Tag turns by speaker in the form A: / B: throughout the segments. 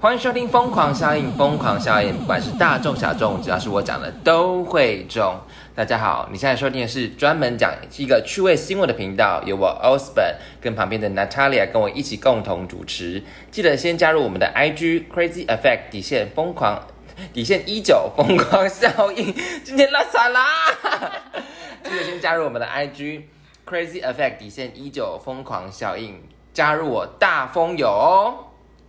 A: 欢迎收听《疯狂效应》，疯狂效应，不管是大众小众，只要是我讲的都会中。大家好，你现在收听的是专门讲一个趣味新闻的频道，由我 Osborn 跟旁边的 Natalia 跟我一起共同主持。记得先加入我们的 IG Crazy Effect 底线疯狂底线一九疯狂效应，今天拉撒啦！记得先加入我们的 IG Crazy Effect 底线一九疯狂效应，加入我大风友哦，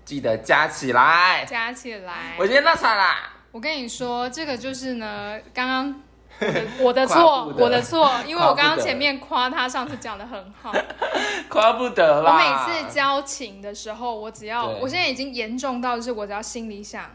A: 记得加起来。
B: 加起来。
A: 我今天拉撒啦！
B: 我跟你说，这个就是呢，刚刚我的我的
A: 跨
B: 错
A: 步，的
B: 我的错，因为我刚
A: 跨步
B: 刚
A: 的
B: 前面夸他上次讲的很好。
A: 夸不得
B: 我
A: 啦！
B: 每次交情的时候，我只要
A: 对
B: 我现在已经严重到，就是我只要心里想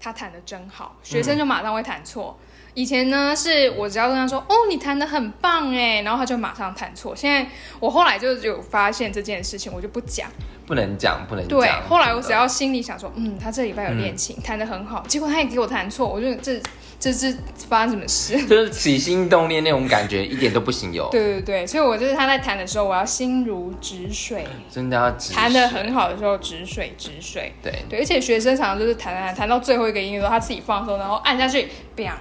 B: 他弹的真
A: 嗯
B: 好，学生就马上会弹错。以前呢，是我只要跟他说哦，你弹的很棒哎，然后他就马上弹错。现在我后来就有发现这件事情，我就不讲。
A: 不能讲，不能讲。
B: 对，后来我
A: 真的
B: 只要心里想说，嗯，他这礼拜有练琴，弹的很好，结果他也给我弹错，我就这这这发生什么事？
A: 就是起心动念那种感觉，一点都不行有，
B: 对对对，所以我就是他在弹的时候，我要心如止水，
A: 真的要嗯止
B: 弹的
A: 血
B: 很好的时候止水止水。
A: 对，
B: 对，而且学生常常就是弹弹弹弹到最后一个音乐的时候，他自己放松，然后按下去，bang，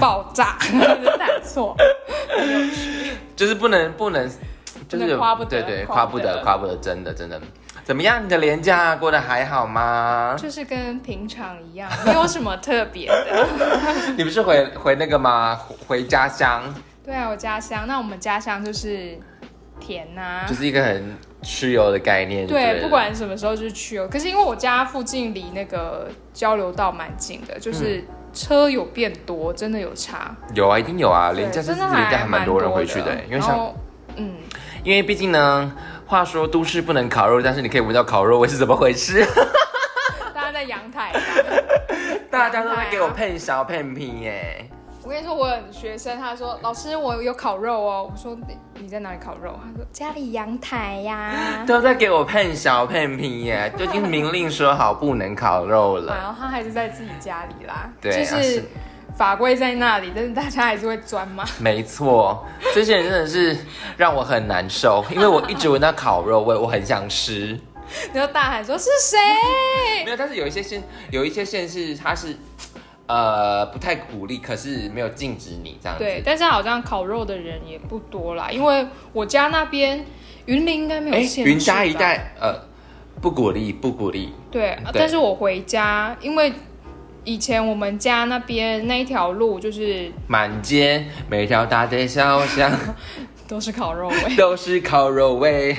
B: 爆炸， 就弹错。
A: 就是不能不能，就是
B: 夸不得
A: 对对，夸
B: 夸
A: 不
B: 不
A: 得
B: 得
A: 夸不得，真的真的。怎么样？你的廉假过得还好 吗？
B: 就是跟平常一样，没有什么特别的。
A: 你不是回回那个吗？回家乡，
B: 对啊，我家乡，那我们家乡就是田啊呐、
A: 就是一个很吃油的概念。就
B: 对，
A: 了
B: 不管什么时候就去哦。可是因为我家附近离那个交流道蛮近的，就是
A: 嗯
B: 车有变多，真的有差。
A: 有啊，一定有啊，
B: 对
A: 廉价是
B: 真
A: 廉
B: 的
A: 价还蛮多
B: 多
A: 人回去的，因为
B: 然
A: 像
B: 后嗯，
A: 因为毕竟呢，话说都市不能烤肉，但是你可以闻到烤肉味是怎么回事？
B: 大家在阳台。
A: 大家都在给我配小配品耶。
B: 我跟你说，我有学生他说老师我有烤肉哦，我说你你在哪里烤肉？他说家里阳台 呀、
A: 都在给我骗小骗皮耶，就已经明令说好不能烤肉了。
B: 然后他还是在自己家里啦，
A: 对
B: 就
A: 啊是
B: 是法规在那里，但是大家还是会钻嘛。
A: 没错，这些人真的是让我很难受，因为我一直闻到烤肉味，我很想吃。
B: 然后大喊说是谁？哎
A: 没有，但是有一些县，有一些县是它是，呃，不太鼓励，可是没有禁止你这样子。
B: 对，但是好像烤肉的人也不多啦，因为我家那边云林应该没有
A: 诶，
B: 限制。
A: 哎云嘉一。带，呃，不鼓励，不鼓励。
B: 对，
A: 对
B: 但是我回家，因为以前我们家那边那一条路就是
A: 满街每条大街小 巷
B: 都是烤 肉味，
A: 都是烤肉味。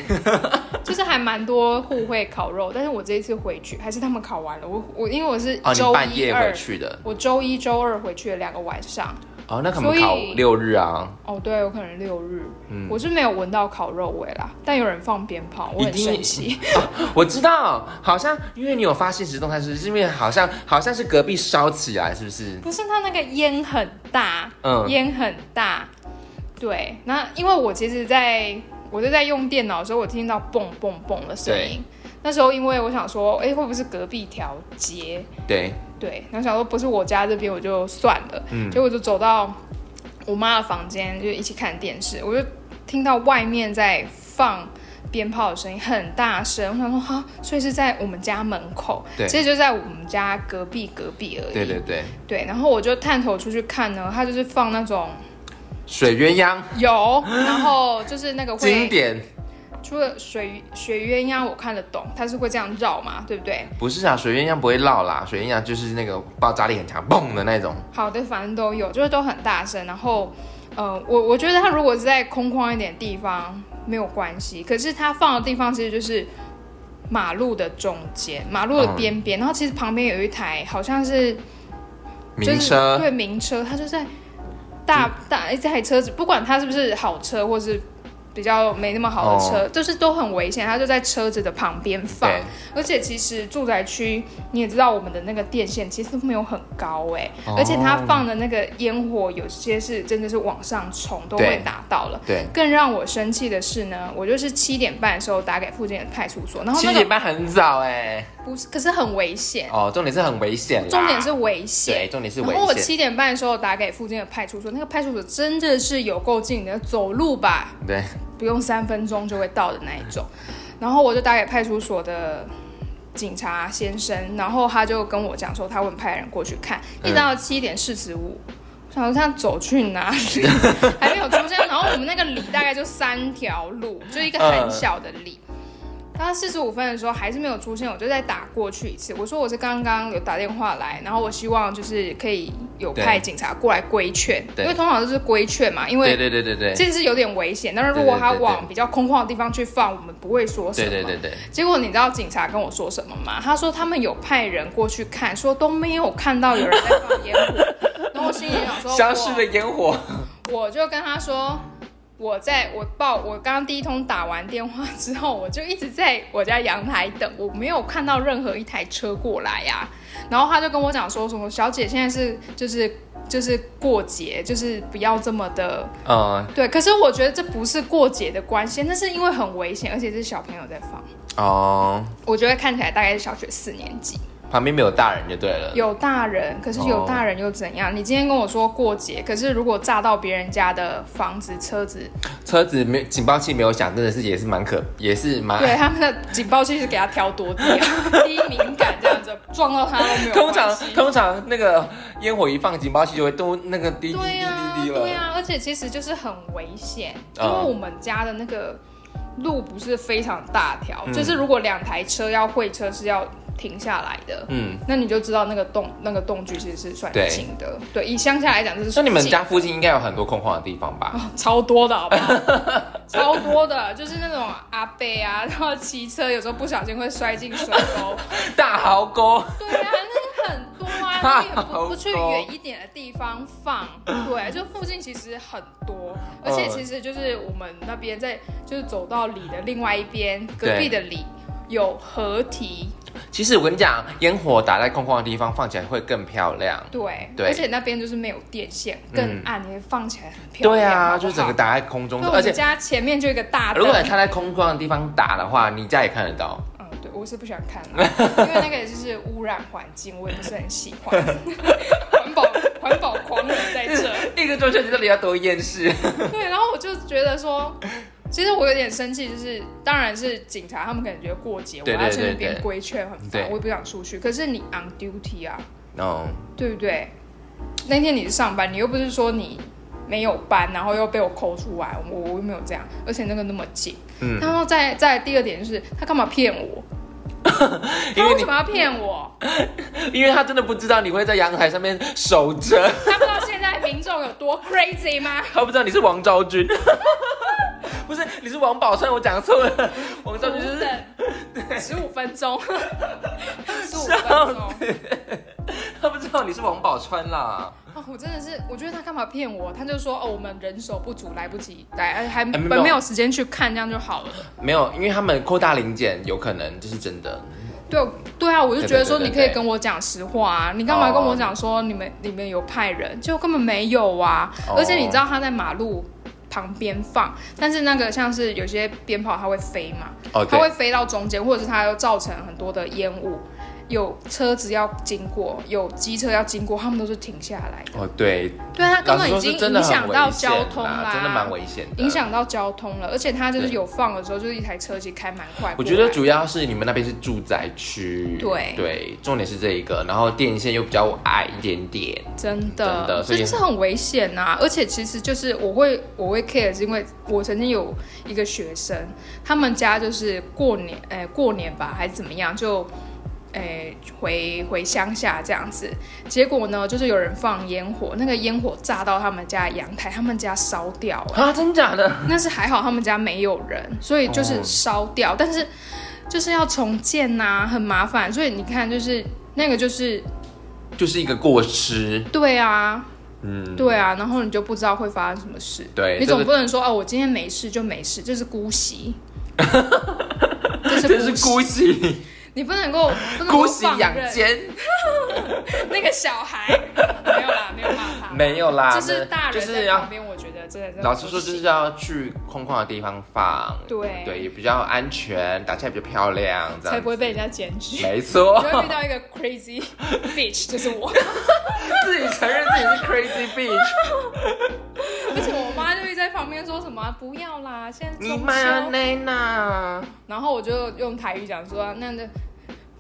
B: 就是还蛮多户会烤肉。但是我这一次回去，还是他们烤完了。我我因为我是
A: 哦，你
B: 周
A: 半
B: 一
A: 夜回
B: 二，
A: 去的？
B: 我周一周二回去的两个晚上。
A: 哦，那可
B: 所
A: 能
B: 以
A: 烤六日啊。
B: 哦，对，有可能六日，
A: 嗯
B: 我是没有闻到烤肉味啦，但有人放鞭炮，我
A: 一
B: 很
A: 定
B: 生气。
A: 我知道，好像因为你有发现实动态是，是因为好像好像是隔壁烧起来，是不是？
B: 不是它那个烟很大，
A: 嗯
B: 烟很大。对，那因为我其实在我就在用电脑的时候，我听到蹦蹦蹦的声音。那时候因为我想说，哎、会不会是隔壁条街？
A: 对，
B: 对，然后想说不是我家这边，我就算了。
A: 嗯
B: 结果我就走到我妈的房间，就一起看电视，我就听到外面在放。鞭炮的声音很大声，我想说哈，所以是在我们家门口，
A: 对
B: 其实就在我们家隔壁隔壁而已。
A: 对对对，
B: 对，然后我就探头出去看呢，它就是放那种
A: 水鸳鸯
B: 有，然后就是那个
A: 经
B: 会
A: 典
B: 除了水水鸳鸯我看得懂，它是会这样绕嘛，对不对？
A: 不是啊，水鸳鸯不会绕啦，水鸳鸯就是那个爆炸力很强，嘣的那种。
B: 好的，反正都有，就是都很大声。然后，呃，我我觉得它如果是在空旷一点的地方没有关系，可是它放的地方其实就是马路的中间，马路的
A: 嗯
B: 边边，然后其实旁边有一台好像是就是
A: 名车
B: 对名车，它就在大大一台车子，不管它是不是好车，或是比较没那么好的车，就是都很危险。它就在车子的旁边放，
A: 哦对，
B: 而且其实住宅区你也知道，我们的那个电线其实都没有很高哎、
A: 哦
B: 而且它放的那个烟火有些是真的是往上冲，都
A: 对
B: 会打到了。
A: 对，
B: 更让我生气的是呢，我就是七点半的时候打给附近的派出所，然后
A: 七
B: 那
A: 点
B: 个
A: 半很早哎、
B: 不是，可是很危险，
A: 哦，重点是很危险啦，
B: 重点是危险
A: 对，。重点是危
B: 然后我
A: 险，
B: 七点半的时候打给附近的派出所，那个派出所真的是有够近的，走路吧，
A: 对，
B: 不用三分钟就会到的那一种。然后我就打给派出所的警察先生，然后他就跟我讲说他问派人过去看，一直
A: 嗯
B: 到七点四十五。想说他走去 哪里，还没有出现。然后我们那个里大概就三条路，就一个很
A: 嗯
B: 小的里。他四十五分的时候还是没有出现，我就再打过去一次。我说我是刚刚有打电话来，然后我希望就是可以有
A: 对
B: 派警察过来规劝，因
A: 对
B: 为通常都是规劝嘛，因为
A: 对对对对对，
B: 这是有点危险。但是如
A: 对
B: 果
A: 对
B: 他
A: 对对
B: 往比较空旷的地方去放，我们不会说什
A: 对
B: 么。
A: 对对对，
B: 结果你知道警察跟我说什么吗？他说他们有派人过去看，说都没有看到有人在放烟火。 然后我心里想 说，
A: 消失的烟火，
B: 我我就跟他说，我在我报我刚刚第一通打完电话之后，我就一直在我家阳台等，我没有看到任何一台车过来呀、然后他就跟我讲说什么，小姐现在是就是就是过节，就是不要这么的
A: 嗯
B: 对，可是我觉得这不是过节的关系，那是因为很危险，而且是小朋友在放。
A: 哦，
B: 我觉得看起来大概是小学四年级，
A: 旁边没有大人就对了，
B: 有大人，可是
A: 哦
B: 有大人又怎样？你今天跟我说过节，可是如果炸到别人家的房子、车子，
A: 车子没警报器没有响，真的是也是蛮可，也是蛮。
B: 对他们的警报器是给他挑多低、啊， 低敏感这样子，撞到他都没有
A: 通常
B: 关系
A: 通常那个烟火一放，警报器就会都那个滴滴滴
B: 对呀、
A: 滴滴了。
B: 对呀、而且其实就是很危险，因
A: 嗯
B: 为我们家的那个路不是非常大条，
A: 嗯
B: 就是如果两台车要会车是要停下来的，
A: 嗯，
B: 那你就知道那个动那个动距其实是算
A: 对
B: 近的。对，以乡下来讲，这是
A: 那你们
B: 近
A: 家附近应该有很多空旷的地方 吧？
B: 超多的，好不 好？超多的，就是那种阿伯啊，然后骑车有时候不小心会摔进水沟。
A: 大壕沟，
B: 对啊，那个很多啊，
A: 大
B: 那也
A: 好
B: 不不去
A: 多
B: 远一点的地方放。对，啊就附近其实很多，而且其实就是我们那边在就是走到里的另外一边，隔壁的里有河堤，
A: 其实我跟你讲，烟火打在空旷的地方放起来会更漂亮。
B: 对，
A: 对
B: 而且那边就是没有电线，更暗，你放起来很漂亮。
A: 对啊，
B: 好不
A: 就
B: 好
A: 是整个。打在空中
B: 对，
A: 的，
B: 我
A: 而且
B: 们家前面就有一个大灯，
A: 如果你它在空旷的地方打的话，你家也看得到。
B: 嗯，对，我是不喜欢看啦，因为那个也就是污染环境，我也不是很喜 欢。环保环保狂人在这，
A: 一个中秋节到底要多厌 世？
B: 对，然后我就觉得说，其实我有点生气，就是当然是警察，他们可能觉得过节，
A: 对
B: 我要
A: 对
B: 去
A: 对
B: 那边
A: 对
B: 规劝很烦
A: 对，
B: 我也不想出去。可是你 on duty 啊，
A: 哦，
B: 对不对？那天你是上班，你又不是说你没有班，然后又被我抠出来，我我又没有这样，而且那个那么紧，
A: 嗯
B: 然后再再来第二点就是他干嘛骗我？
A: 因
B: 他
A: 为
B: 为
A: 你
B: 什么要骗我？
A: 因为他真的不知道你会在阳台上面守着，
B: 他不知道现在民众有多 crazy 吗？
A: 他不知道你是王昭君， 不是你是王宝钏，我讲错 了，王昭君就是
B: 十五分钟，十五分钟。
A: 他不知道你是王宝钏啦。
B: 哦，我真的是，我觉得他干嘛骗我？他就说哦，我们人手不足，来不及，来哎还
A: 哎没
B: 还
A: 有
B: 没有时间去看，这样就好了。
A: 没有，因为他们扩大零检，有可能这是真的。
B: 对对啊，我就觉得说
A: 对对对对哦
B: 你可以跟我讲实话啊，你干嘛跟我讲说你们里面有派人？就根本没有啊！
A: 哦
B: 而且你知道他在马路旁边放，但是那个像是有些鞭炮它会飞嘛，
A: 哦，
B: 它
A: 对
B: 会，飞到中间，或者是它又造成很多的烟雾。有车子要经过，有机车要经过，他们都是停下来的。
A: 哦对，
B: 对啊，它根
A: 老
B: 本
A: 实
B: 已
A: 说
B: 经
A: 是真的
B: 影
A: 很
B: 响
A: 危
B: 到
A: 险
B: 交通啦，
A: 啦，真的蛮危险的。
B: 影。响到交通了。而且它就是
A: 对
B: 有放的时候，就是一台车其实开蛮快过来。
A: 我觉得主要是你们那边是住宅区，
B: 对
A: 对，重点是这一个，然后电线又比较矮一点点，
B: 真
A: 真
B: 的，
A: 的所
B: 所以
A: 以
B: 就是很危险呐、而且其实就是我会我会 care，是因为我曾经有一个学生，他们家就是过年，哎、过年吧还是怎么样，就哎、回回乡下这样子。结果呢，就是有人放烟火，那个烟火炸到他们家阳台，他们家烧掉了。
A: 啊，真假的？
B: 但是还好他们家没有人，所以就是
A: 哦
B: 烧掉，但是就是要重建呐、很麻烦。所以你看，就是那个就是
A: 就是一个过失，
B: 对啊，
A: 嗯，
B: 对啊，然后你就不知道会发生什么事。
A: 对
B: 你
A: 这
B: 总
A: 个
B: 不能说哦，我今天没事就没事，这是 姑息，这
A: 这
B: 是
A: 是
B: 姑
A: 姑
B: 息，
A: 息，
B: 你不能够不能够
A: 姑息
B: 放
A: 养
B: 任
A: 奸，
B: 那个小孩，没有啦，没有骂他，
A: 没有啦，
B: 就是大
A: 就
B: 人
A: 是
B: 在
A: 要
B: 旁边，我觉得真的真的
A: 老实说，就是
B: 是
A: 要去空旷的地方放，
B: 对
A: 对，也比较安全，打起来比较漂亮，这
B: 才
A: 样
B: 不会被人家检举。
A: 没
B: 你
A: 错，
B: 就会遇到一个 crazy bitch，就是我，
A: 自己承认自己是 crazy bitch，
B: 而且我妈就一直在旁边说什么、啊、不要啦，现在是
A: 你
B: 中
A: 妈
B: 秋，
A: 奈娜，
B: 然后我就用台语讲说、啊那那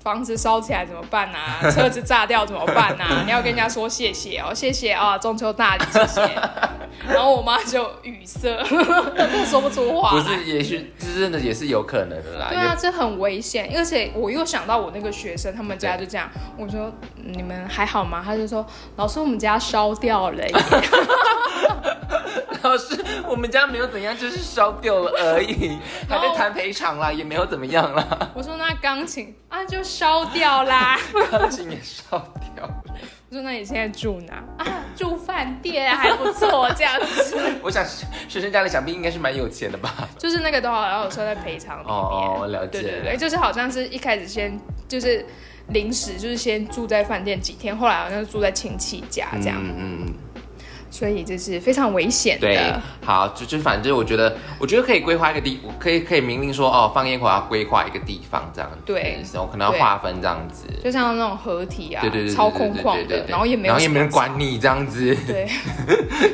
B: 房子烧起来怎么办啊？车子炸掉怎么办啊？你要跟人家说谢谢哦，谢谢啊，中秋大礼，谢谢。然后我妈就语塞，都说不出话
A: 不
B: 来。
A: 是，也许这真的也是有可能的啦。
B: 对啊，这很危险，而且我又想到我那个学生，他们家就这样。我说嗯你们还好吗？他就说老师，我们家烧掉 了耶。
A: 老师，我们家没有怎样，就是烧掉了而已，还
B: 然后
A: 在谈赔偿啦，也没有怎么样啦，
B: 我说那钢琴啊就烧掉啦。
A: 钢琴也烧掉 了。
B: 我说那你现在住哪啊？住饭店啊还不错，这样子
A: 我想学生家里想必应该是蛮有钱的吧？
B: 就是那个都好像有说在赔偿里面。
A: 哦，我了解。
B: 对对对，就是好像是一开始先就是临时就是先住在饭店几天，后来好像是住在亲戚家啊这样，
A: 嗯嗯嗯，
B: 所以这是非常危险
A: 对
B: 的。，
A: 好，就就反正我觉得，我觉得可以规划一个地，我可以可以明令说，哦，放烟火要规划一个地方这样子，
B: 对
A: 然后可能要划分这样子，
B: 就像那种合体啊，
A: 对对对，对
B: 超空旷
A: 对对对
B: 的，
A: 对
B: 然后也没有，
A: 然后也没人。管你这样子，
B: 对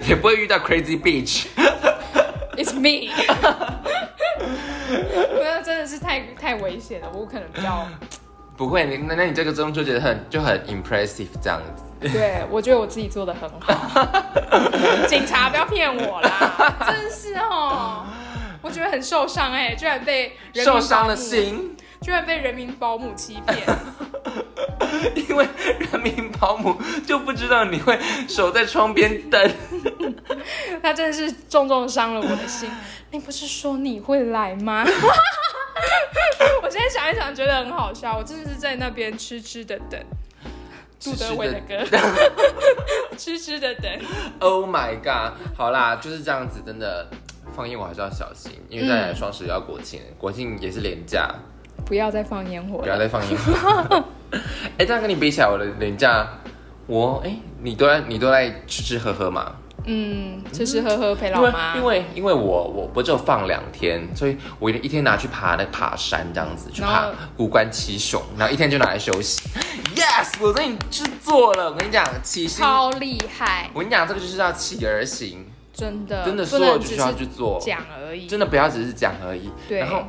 A: 也不会遇到 crazy bitch。
B: ，It's me 。那真的是太太危险了，我可能比较，
A: 不会，你那那你这个中秋节很就很 impressive 这样子，
B: 对我觉得我自己做的很 好。警察不要骗我 啦，真是哦，我觉得很受伤哎、居然被人民
A: 受伤了
B: 保姆，
A: 心，
B: 居然被人民保姆欺骗。
A: 因为人民保姆就不知道你会守在窗边等。
B: 他真的是重重伤了我的 心。你不是说你会来吗？ 我现在想一想，觉得很好笑。我真的是在那边痴痴的等，杜德伟的歌，痴 痴的等。
A: Oh my god！好啦，就是这样子，真的放烟火还是要小心，因为在双十一要国庆，国庆也是廉价，
B: 不要再放烟火
A: 不要
B: 了。
A: 再放烟火。 哎、这样跟你比起来，我的廉价，我哎、你都在你都在吃吃喝喝嘛？
B: 嗯，吃吃喝喝陪
A: 因
B: 老
A: 为
B: 妈
A: 因。为因为我我我只有放两天，所以我一天拿去爬那爬山这样子，去
B: 然
A: 爬
B: 后
A: 古关七雄，然后一天就拿来休 息。Yes，我跟你去做了，我跟你讲，起心，
B: 超厉害，
A: 我跟你讲，这个就是要起而行，
B: 真的，
A: 真的
B: 呃不
A: 说了
B: 能
A: 就
B: 只
A: 需要
B: 是
A: 去做，
B: 讲而已。
A: 真的不要只是讲而已。
B: 对
A: 然后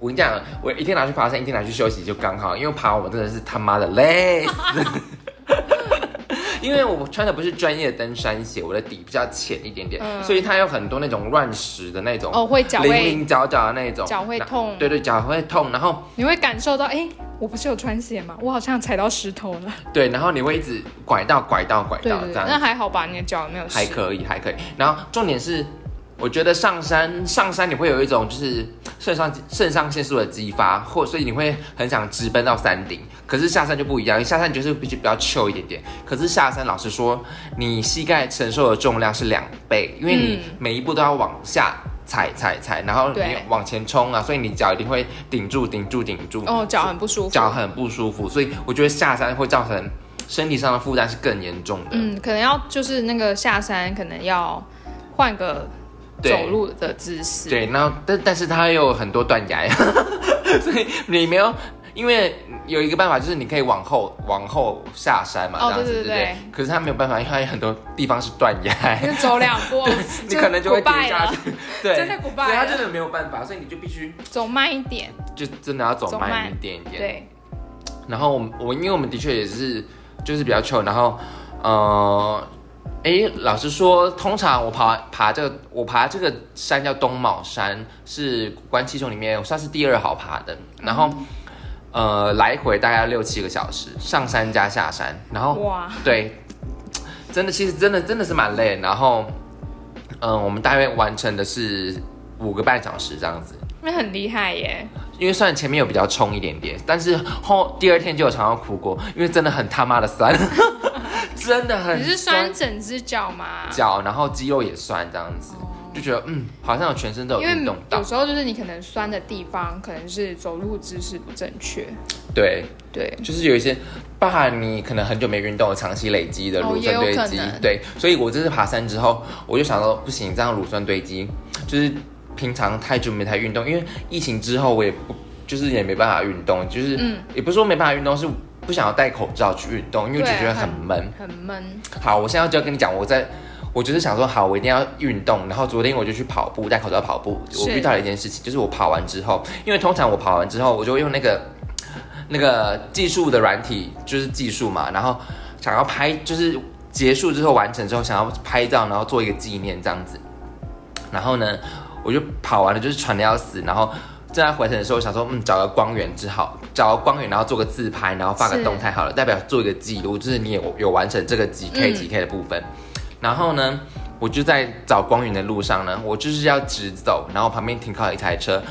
A: 我跟你讲，我一天拿去爬山，一天拿去休息就刚好，因为爬我真的是他妈的累 死。因为我穿的不是专业的登山鞋，我的底比较浅一点点，
B: 嗯
A: 所以它有很多那种乱石的那种，
B: 哦，会脚
A: 零
B: 会，
A: 零角角的那种，
B: 脚会
A: 那
B: 痛
A: 对对，脚会痛，然后
B: 你会感受到，哎、我不是有穿鞋吗？我好像踩到石头 了。
A: 对，然后你会一直拐到拐到拐
B: 对
A: 到
B: 对对，
A: 这样
B: 那还好吧，你的脚没有事。
A: 还可以，还可以。然后重点是，我觉得上山上山你会有一种就是肾上肾上腺素的激发，或所以你会很想直奔到山顶。可是下山就不一样，下山你就是必须比较 chill 一点点。可是下山，老实说，你膝盖承受的重量是两倍，因为你
B: 嗯
A: 每一步都要往下。踩踩踩，然后你
B: 对
A: 往前冲啊，所以你脚一定会顶住顶住顶住。
B: 哦，脚很不舒服。
A: 脚很不舒服，所以我觉得下山会造成身体上的负担是更严重的。
B: 嗯，可能要就是那个下山，可能要换个
A: 对
B: 走路的姿势。，
A: 对，然后但但是它又有很多断崖， 所以你没有。因为有一个办法就是你可以往后往后下山嘛，
B: 哦
A: 这样子
B: 对对
A: 不
B: 对
A: 对？可是它没有办法，因为它有很多地方是断 崖，，
B: 就走两步
A: 你可能就会跌
B: goodbye
A: 下去
B: 了，。
A: 对，
B: 真的 goodbye
A: 所以它
B: 了
A: 真的没有办法，所以你就必须
B: 走慢一点。
A: 就真的要走
B: 走
A: 慢
B: 慢
A: 一点点。
B: 对，
A: 然后我们我因为我们的确也是就是比较穷，然后呃，哎，老实说，通常我爬爬这个我爬这个山叫东卯山，是关七雄里面算是第二好爬的，然后。呃，来回大概要六七个小时，上山加下山，然后
B: 哇，
A: 对，真的，其实真的真的是蛮累的。然后，嗯、我们大约完成的是五个半小时这样子，
B: 那很厉害耶。
A: 因为虽然前面有比较冲一点点，但是后第二天就有尝到苦果，因为真的很他妈的 酸，真的很
B: 你是酸整只脚吗？
A: 脚，然后肌肉也酸，这样子就觉得嗯，好像我全身都有
B: 因为
A: 运动到
B: 有。时候就是你可能酸的地方，可能是走路姿势不正确。
A: 对，
B: 对，
A: 就是有一些，包含你可能很久没运动，长期累积的
B: 哦
A: 乳
B: 也
A: 酸
B: 有
A: 堆
B: 可
A: 积，
B: 能
A: 对，所以我这次爬山之后，我就想到不行，这样乳酸堆积，就是平常太久没太运动，因为疫情之后我也不，就是也没办法运动，就是、
B: 嗯
A: 也不是说没办法运动，是不想要戴口罩去运动，因为就
B: 对
A: 觉得很
B: 很
A: 闷。
B: 很闷。
A: 好，我现在就要跟你讲，我在，我就是想说，好，我一定要运动。然后昨天我就去跑步，戴口罩跑步。我
B: 是
A: 遇到了一件事情，就是我跑完之后，因为通常我跑完之后，我就会用那个 那个技术的软体，就是技术嘛，然后想要拍，就是结束之后完成之后想要拍照，然后做一个纪念这样子。然后呢，我就跑完了，就是喘的要死，然后。正在回程的时候，我想说，嗯，找个光源之好，找个光源，然后做个自拍，然后发个
B: 是
A: 动态好了，代表做一个记录，就是你有有完成这个几 K
B: 嗯
A: 几 K 的部分。然后呢，我就在找光源的路上呢，我就是要直走，然后旁边停靠一台车，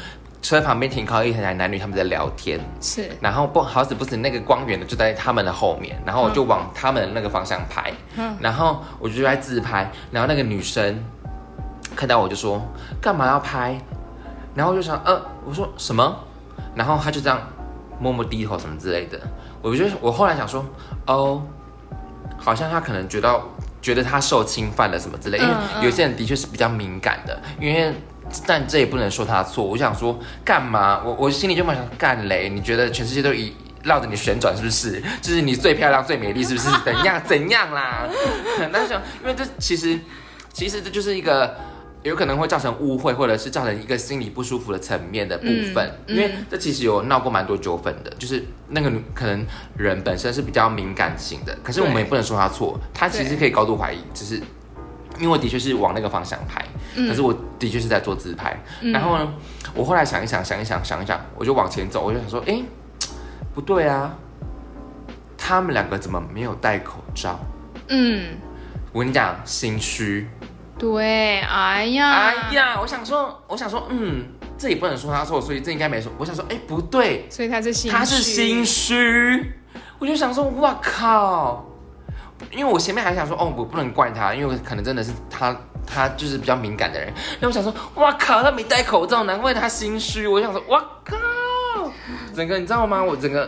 A: 车旁边停靠一台男女，他们在聊天。
B: 是，
A: 然后不好死不死，那个光源呢就在他们的后面，然后我就往他们的那个方向拍，
B: 嗯
A: 然后我就在自拍，然后那个女生看到我就说干嘛要拍，然后我就想呃，我说什么，然后她就这样默默低头什么之类的，我就我后来想说哦，好像她可能觉得觉得她受侵犯了什么之类，因为
B: 嗯嗯
A: 有些人的确是比较敏感的，因为。但这也不能说他错。我想说，干嘛？我我心里就蛮想干嘞。你觉得全世界都一绕着你旋转是不是？就是你最漂亮、最美丽 是不是？怎样怎样啦？那想，因为这其实其实这就是一个。有可能会造成误会，或者是造成一个心理不舒服的层面的部分，
B: 嗯嗯
A: 因为这其实有闹过蛮多纠纷的，就是那个女可能人本身是比较敏感型的，可是我们
B: 对
A: 也不能说她错，她其实
B: 对
A: 可以高度怀疑，只是因为我的确是往那个方向拍，
B: 嗯
A: 可是我的确是在做自拍。然后呢，我后来想一想，想一想，想一想，我就往前走，我就想说，诶，不对啊，他们两个怎么没有戴口罩？
B: 嗯，
A: 我跟你讲，心虚。
B: 对，哎呀，
A: 哎，呀，我想说，我想说，嗯，这也不能说他错，所以这应该没说。我想说，诶，不对，
B: 所以他是心虚，
A: 他是心虚，我就想说，哇靠！因为我前面还想说，哦，我不能怪他，因为可能真的是他，他就是比较敏感的人。那我想说，哇靠，他没戴口罩，难怪他心虚。我想说，哇靠，整个你知道吗？我整个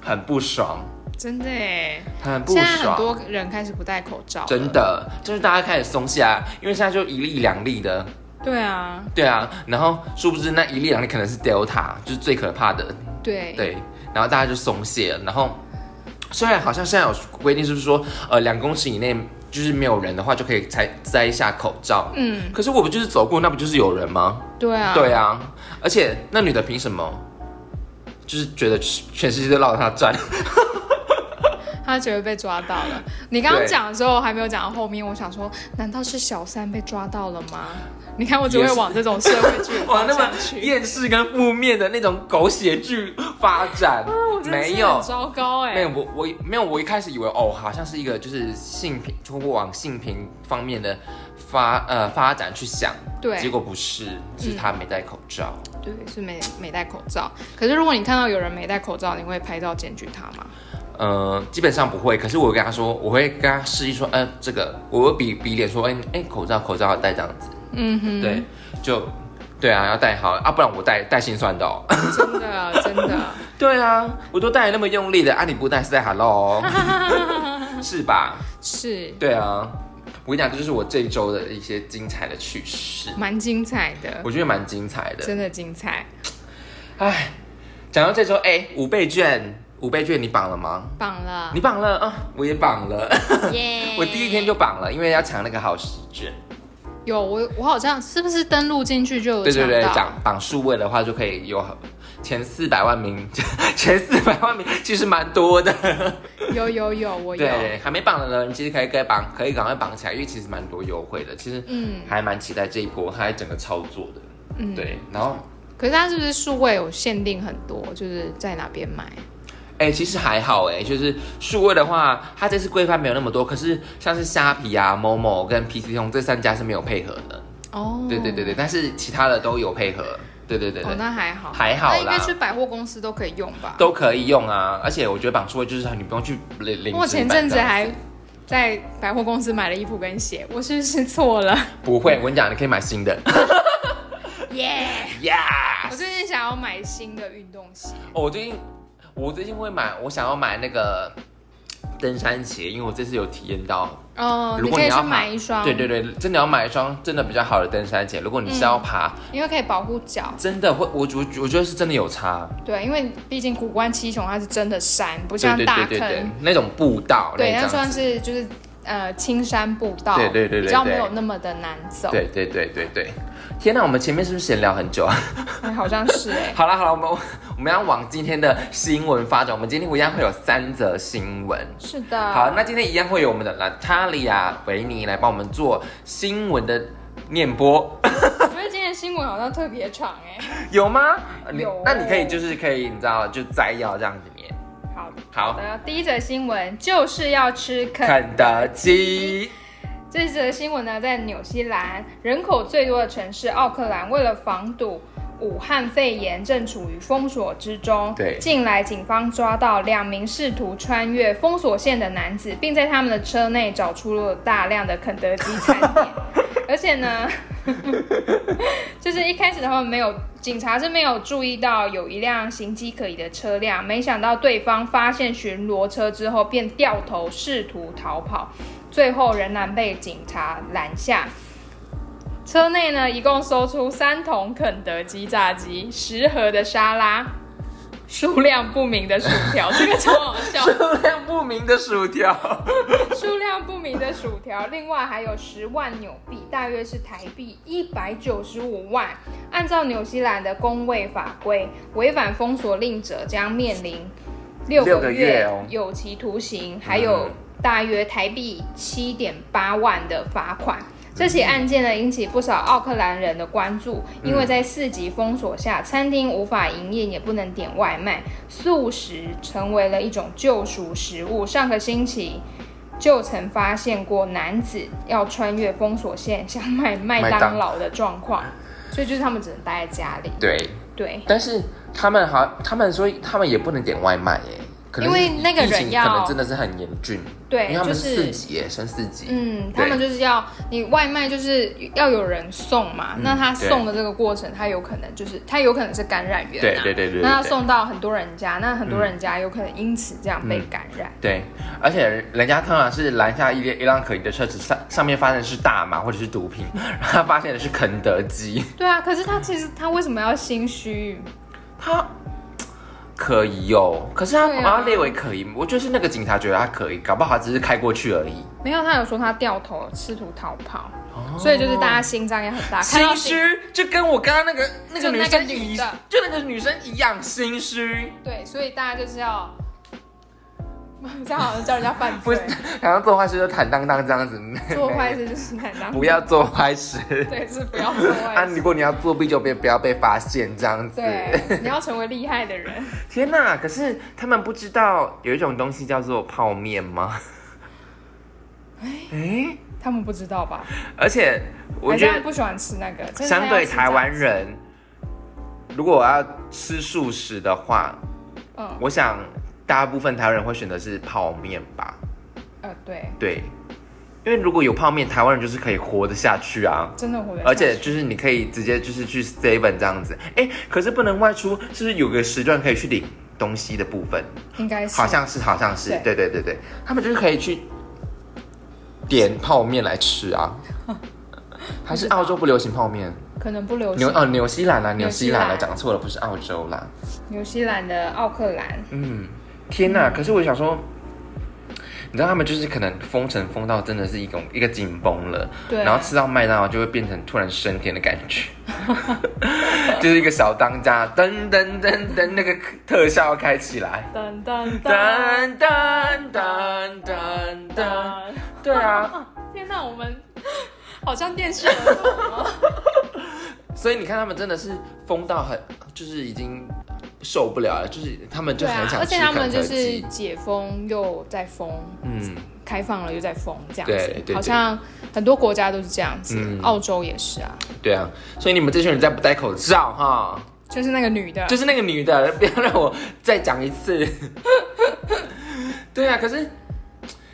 A: 很不爽，
B: 真的哎，
A: 很不
B: 现
A: 爽。
B: 在很多人开始不戴口罩，
A: 真，的，就是大家开始松懈啊，因为现在就一粒两粒的，
B: 对啊，
A: 对啊，然后殊不知那一粒两粒可能是 Delta，就是最可怕的，
B: 对，
A: 对，然后大家就松懈了。然后虽然好像现在有规定，是不是说呃两公尺以内就是没有人的话就可以摘摘下口罩？
B: 嗯，
A: 可是我不就是走过，那不就是有人吗？
B: 对啊，
A: 对啊，而且那女的凭什么？就是觉得全世界都绕着她 转，
B: 他觉得被抓到了。你刚刚
A: 对
B: 讲的时候还没有讲到后面，我想说，难道是小三被抓到了吗？你看我只会
A: 也是
B: 往这种社会 剧
A: 往那么
B: 方向去，
A: 厌世跟负面的那种狗血剧发展
B: 啊我，真的是
A: 没有
B: 很，糟糕哎、
A: 没有，我我没有，我一开始以为哦，好像是一个就是性平，通过往性平方面的发呃发展去想，
B: 对嗯
A: 结果不是，是他没戴口罩。
B: 对，是没没戴口罩。可是如果你看到有人没戴口罩，你会拍照检举他吗？
A: 呃，基本上不会，可是我跟他说，我会跟他示意说，嗯、这个我会比比脸说，哎、哎、口罩口罩要戴这样子，
B: 嗯哼，
A: 对，就对啊，要戴好啊，不然我戴戴心酸的哦。
B: 真的真的，
A: 对啊，我都戴得那么用力的，啊你不戴是在 hello，是吧？
B: 是
A: 对啊，我跟你讲，这就是我这一周的一些精彩的趣事。
B: 蛮精彩的，
A: 我觉得蛮精彩的。
B: 真的精彩，
A: 哎，讲到这周，哎、五倍券，五倍券你绑了吗？
B: 棒了
A: 你，绑了啊，我也绑了，
B: 耶
A: 我第一天就绑了，因为要抢那个好时券。
B: 有我我好像是不是登录进去就有
A: 对对对，
B: 抢到
A: 绑绑数位的话就可以有前四百万名，前四百万名其实蛮多的。
B: 有有有我有，
A: 对，还没绑的人其实可以可以绑，可以赶快绑起来，因为其实蛮多优惠的。其实
B: 嗯
A: 还蛮期待这一波，还整个操作的。
B: 嗯，
A: 对，然后
B: 可是它是不是数位有限定很多，就是在哪边买？
A: 哎、其实还好哎、就是数位的话，它这次规范没有那么多，可是像是虾皮啊、某某跟 PC 通这三家是没有配合的。
B: 哦，
A: 对对对对，但是其他的都有配合。对对对对，
B: 哦，那还好，
A: 还好啦
B: 那应该去百货公司都可以用吧？
A: 都可以用啊。而且我觉得绑数位就是你不用去领领。
B: 我前阵子还在百货公司买了衣服跟鞋，我是不是错了？
A: 不会，我跟你讲，你可以买新的。
B: 耶、
A: 呀、
B: 我最近想要买新的运动鞋，
A: 哦我最近我最近会买，我想要买那个登山鞋，因为我这次有体验到
B: 哦，
A: 如果
B: 可以
A: 你要爬
B: 去买一双，
A: 对对，对，真的要买一双真的比较好的登山鞋。如果你是要爬，
B: 因为可以保护脚，
A: 真的会，我我我觉得是真的有差。
B: 对，因为毕竟古关七雄它是真的山，不像大坑，
A: 那种步道那
B: 对，那
A: 一张
B: 算
A: 子。
B: 是就是呃青山步道，
A: 对对对对
B: 比较
A: 对
B: 没有那么的难走，
A: 对对对对对，天哪，我们前面是不是闲聊很久啊？
B: 哎，好像是哎、
A: 好啦好啦，我们我们要往今天的新闻发展。我们今天一样会有三则新闻。
B: 是的，
A: 好，那今天一样会有我们的娜塔莉亚维尼来帮我们做新闻的念播，
B: 我觉得今天的新闻好像特别长哎、
A: 有吗？你
B: 有
A: 那你可以就是可以，你知道，就摘要这样子念。
B: 好
A: 好，
B: 的，第一则新闻就是要吃肯
A: 肯德基，
B: 这则新闻呢，在纽西兰人口最多的城市奥克兰，为了防堵武汉肺炎，正处于封锁之中。
A: 对
B: 近来警方抓到两名试图穿越封锁线的男子，并在他们的车内找出了大量的肯德基餐点，而且呢。 就是一开始他们没有，警察是没有注意到有一辆行迹可疑的车辆，没想到对方发现巡逻车之后便掉头试图逃跑，最后仍然被警察拦下。车内呢，一共搜出三桶肯德基炸鸡、十盒的沙拉、数量不明的薯条，这个超好笑。
A: 数量不明的薯条，
B: 数量不明的薯条，另外还有十万纽币，大约是台币一百九十五万。按照纽西兰的工位法规，违反封锁令者将面临六
A: 六
B: 个
A: 个
B: 月
A: 月哦
B: 有期徒刑，还有大约台币七点八万的罚款。这起案件呢，引起不少奥克兰人的关注，
A: 嗯
B: 因为在四级封锁下，餐厅无法营业，也不能点外卖，素食成为了一种救赎食物。上个星期就曾发现过男子要穿越封锁线想买麦
A: 麦
B: 当
A: 当
B: 劳的状况，所以就是他们只能待在家里。
A: 对，
B: 对，
A: 但是他们好，他们说他们也不能点外卖耶，可能是
B: 因为那个人
A: 疫情
B: 要
A: 可能真的是很严峻，
B: 对
A: 因为他们
B: 就是
A: 是四级耶，升四级，
B: 嗯，
A: 对
B: 他们就是要你外卖就是要有人送嘛，
A: 嗯
B: 那他送的这个过程，他有可能就是他有可能是感染源、啊，
A: 对对对对对
B: 那他送到很多人家，那很多人家有可能因此这样被感染。
A: 对，而且人家通常啊是拦下一辆一辆可疑的车子，上上面发现的是大麻或者是毒品，然后他发现的是肯德 基，
B: 对啊，可是他其实他为什么要心虚？
A: 他可疑哦，可是他
B: 对啊
A: 把他列为可疑，我就是那个警察觉得他可疑，搞不好他只是开过去而已。
B: 没有，他有说他掉头试图逃跑，所以就是大家心脏也很大，看到
A: 哦心
B: 警
A: 虚，就跟我刚刚那个那个
B: 就那
A: 女
B: 个
A: 生
B: 女
A: 一
B: 的
A: 就那个女生一样心虚，
B: 对，所以大家就是要， 这样好像叫人家犯
A: 不
B: 罪
A: 是，然后做坏事就坦荡荡这样子，
B: 做坏事就是难当。
A: 不要做坏事
B: 对，是不要做
A: 啊！
B: 坏事。
A: 如果你要作弊，就别不要被发现这样子。
B: 对，你要成为厉害 的人。
A: 天呐！可是他们不知道有一种东西叫做泡面吗？哎、
B: 他们不知道吧？
A: 而且我
B: 还是
A: 觉
B: 他们
A: 得
B: 不喜欢吃那个。真的
A: 相对
B: 要吃
A: 台湾
B: 炸鸡，
A: 人，如果我要吃素食的话，
B: 嗯
A: 我想大部分台湾人会选择是泡面吧？
B: 呃，对，
A: 对，因为如果有泡面，台湾人就是可以活得下去啊。
B: 真的活得下去。
A: 而且就是你可以直接就是去 seven 这样子，哎，可是不能外出，是不是有个时段可以去领东西的部分？
B: 应该是
A: 好像是，好像是，
B: 对
A: 对对对对，他们就是可以去点泡面来吃 啊。还是澳洲不流行泡面？
B: 可能不流
A: 纽
B: 行。
A: 哦，纽西兰啦，纽西兰
B: 纽
A: 啦，
B: 西兰
A: 讲错了，不是澳洲啦。
B: 纽西兰的奥克兰，
A: 嗯，天哪！可是我想说，你知道他们就是可能封城封到真的是一种一个紧绷了，
B: 对
A: 然后吃到麦当劳就会变成突然升天的感觉， 就是一个小当家，噔噔噔噔，那个特效开起来。
B: 噔噔噔
A: 噔噔噔噔噔，
B: 噔。
A: 对
B: 嗯
A: 啊，
B: 天哪，我们 好像 电视人物哦。嗯
A: 所以你看他们真的是疯到很，就是已经受不了了，就是他们就
B: 对啊
A: 很，想
B: 而
A: 吃
B: 且他
A: 肯
B: 们就
A: 德
B: 是
A: 基。
B: 解封又在封，
A: 嗯，
B: 开放了又在封，这样子，
A: 对对对
B: 好像很多国家都是这样子，
A: 嗯
B: 澳洲也是啊，
A: 对啊，所以你们这群人再不戴口罩哈，
B: 就是那个女的，
A: 就是那个女的，不要让我再讲一次。 对啊，可是，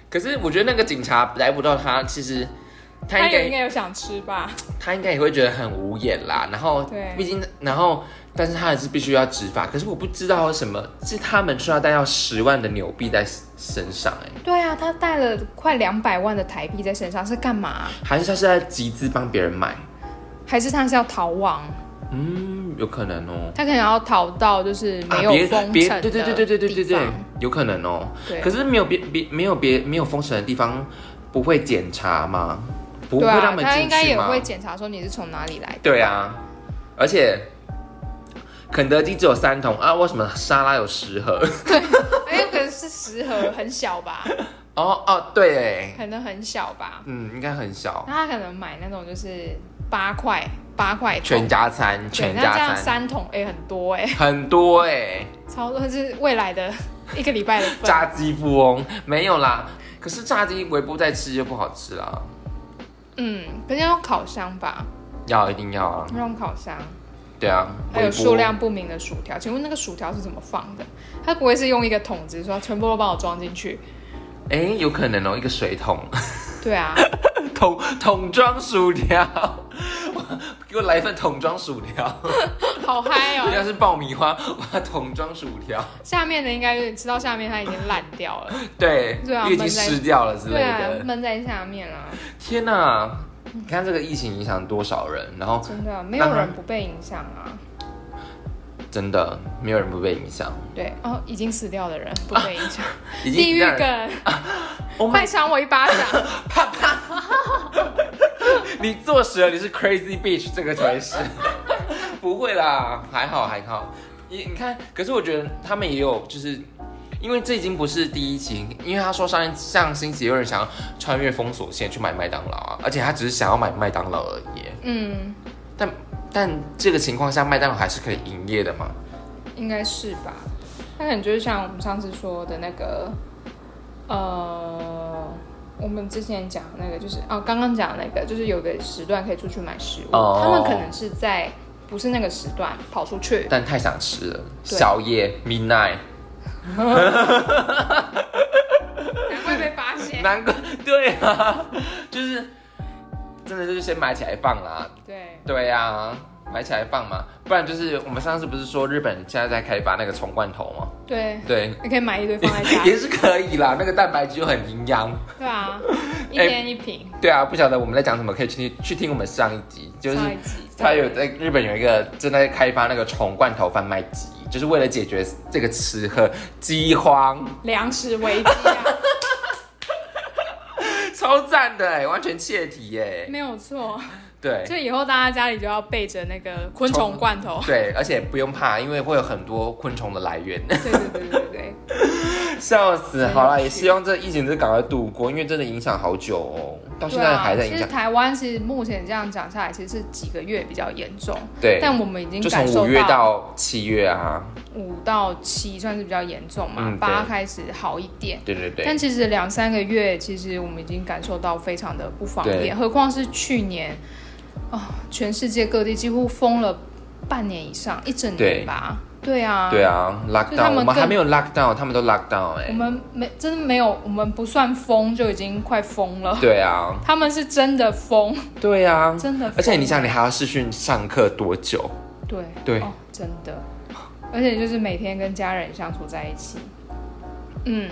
A: 可是我觉得那个警察逮捕到他，其实他
B: 她
A: 应
B: 也
A: 该
B: 应该有想吃吧？
A: 他应该也会觉得很无言啦。然后
B: 对，
A: 毕竟，然后，但是他还是必须要执法。可是我不知道为什么是他们需要带到十万的纽币在身上、欸，
B: 对啊，她带了快两百万的台币在身上，是干嘛、
A: 还是他是在集资帮别人买？
B: 还是她是要逃亡？
A: 嗯，有可能哦、啊
B: 她可能要逃到就是没有啊
A: 别
B: 封
A: 别
B: 城的、
A: 对对对对对对对对，有可能哦、
B: 对
A: 可是没有别别没有别没有封城的地方不会检查吗？不会
B: 对
A: 让
B: 啊
A: 他，们
B: 她
A: 进
B: 应该
A: 去
B: 也
A: 吗？
B: 会检查说你是从哪里来的，
A: 对啊，而且肯德基只有三桶啊，为什么沙拉有十盒？
B: 哎，有可能是十盒，很小吧，
A: 哦哦，对耶，
B: 可能很小吧。
A: 嗯，应该很小，
B: 那他可能买那种就是八块八块桶
A: 全家餐，
B: 对，
A: 全
B: 那这
A: 家
B: 样
A: 餐
B: 三桶哎、很多哎、
A: 很多哎，
B: 超多是未来的一个礼拜的 份。
A: 炸鸡富翁没有啦，可是炸鸡微波再吃就不好吃啦，
B: 嗯，可是要用烤箱吧，
A: 要一定要啊，
B: 要用烤箱。
A: 对啊，
B: 还有
A: 微波
B: 数量不明的薯条，请问那个薯条是怎么放的？他不会是用一个桶子说全部都帮我装进去？
A: 哎、有可能哦，一个水桶
B: 对啊，
A: 桶桶装薯条， 给我来一份桶装薯条，
B: 好嗨哦、
A: 要是爆米花，哇，桶装薯条，
B: 下面的应该是吃到下面它已经烂掉了，
A: 对，
B: 对啊
A: 又已经
B: 闷在
A: 湿掉 了之类
B: 对啊
A: 的，，
B: 闷在下面啊，
A: 天哪、你看这个疫情影响多少人，然后
B: 真的没有
A: 当然
B: 人不被影响啊。
A: 真的没有人不被影响，
B: 对哦，已经死掉的人不被影响，
A: 已经
B: 地狱
A: 让人
B: 梗，
A: ，Oh my
B: 快赏我一巴掌！
A: 你坐实了你是 Crazy Bitch 这个才是， 不会啦，还好还好。你你看，可是我觉得他们也有，就是因为这已经不是第一期，因为他说上一上星期有人想要穿越封锁线去买麦当劳啊，而且他只是想要买麦当劳而已。
B: 嗯，
A: 但这个情况下，麦当劳还是可以营业的嘛？
B: 应该是吧。那可能就是像我们上次说的那个，呃，我们之前讲的那个，就是哦，刚刚讲的那个，就是有个时段可以出去买食物，
A: 哦
B: 他们可能是在不是那个时段跑出去，
A: 但太想吃了，
B: 对
A: 宵夜 midnight，
B: 难怪被发现。
A: 难怪对啊，就是真的就是先买起来放啦，
B: 对，
A: 对呀、买起来放嘛，不然就是我们上次不是说日本现在在开发那个冲罐头吗？
B: 对，啊
A: 对，
B: 你可以买一堆放在家，
A: 也是可以啦，那个蛋白质又很营养。
B: 对啊，一
A: 哎
B: 天一瓶，
A: 对啊，不晓得我们在讲什么，可以去听去听我们上一集，就是
B: 上一集
A: 他有在日本有一个正在开发那个宠罐头贩卖机，就是为了解决这个吃喝饥荒，
B: 粮食危机啊，
A: 超赞的哎，完全切题耶。
B: 没有错。
A: 对
B: 所以以后大家家里就要备着那个昆虫罐头。
A: 对，而且不用怕，因为会有很多昆虫的来源。
B: 对对对对对，
A: 笑死！好啦，
B: 真有趣
A: 也希望这疫情就赶快度过，因为真的影响好久哦，到现
B: 对
A: 在
B: 啊
A: 还在影
B: 其
A: 响
B: 实。台湾其实目前这样讲下来，其实是几个月比较严重，
A: 对，
B: 但我们已经
A: 就从
B: 感受
A: 五月到七月啊，
B: 五到七算是比较严重嘛
A: 嗯，
B: 八、
A: 对
B: 开始好一点。
A: 对对对，
B: 但其实两三个月，其实我们已经感受到非常的不方
A: 对
B: 便，何况是去年啊、全世界各地几乎封了半年以上，一整
A: 对
B: 年吧。对啊，
A: 对啊
B: 就他
A: ，lockdown，
B: 们
A: 我们还
B: 更
A: 没有 lockdown，他们都 lockdown 哎、
B: 我们没真的没有，我们不算疯就已经快疯了，
A: 对啊，
B: 他们是真的疯，
A: 对啊，
B: 真的疯。
A: 而且你想，你还要试训上课多久？
B: 对
A: 对
B: 哦，真的，而且就是每天跟家人相处在一起，嗯，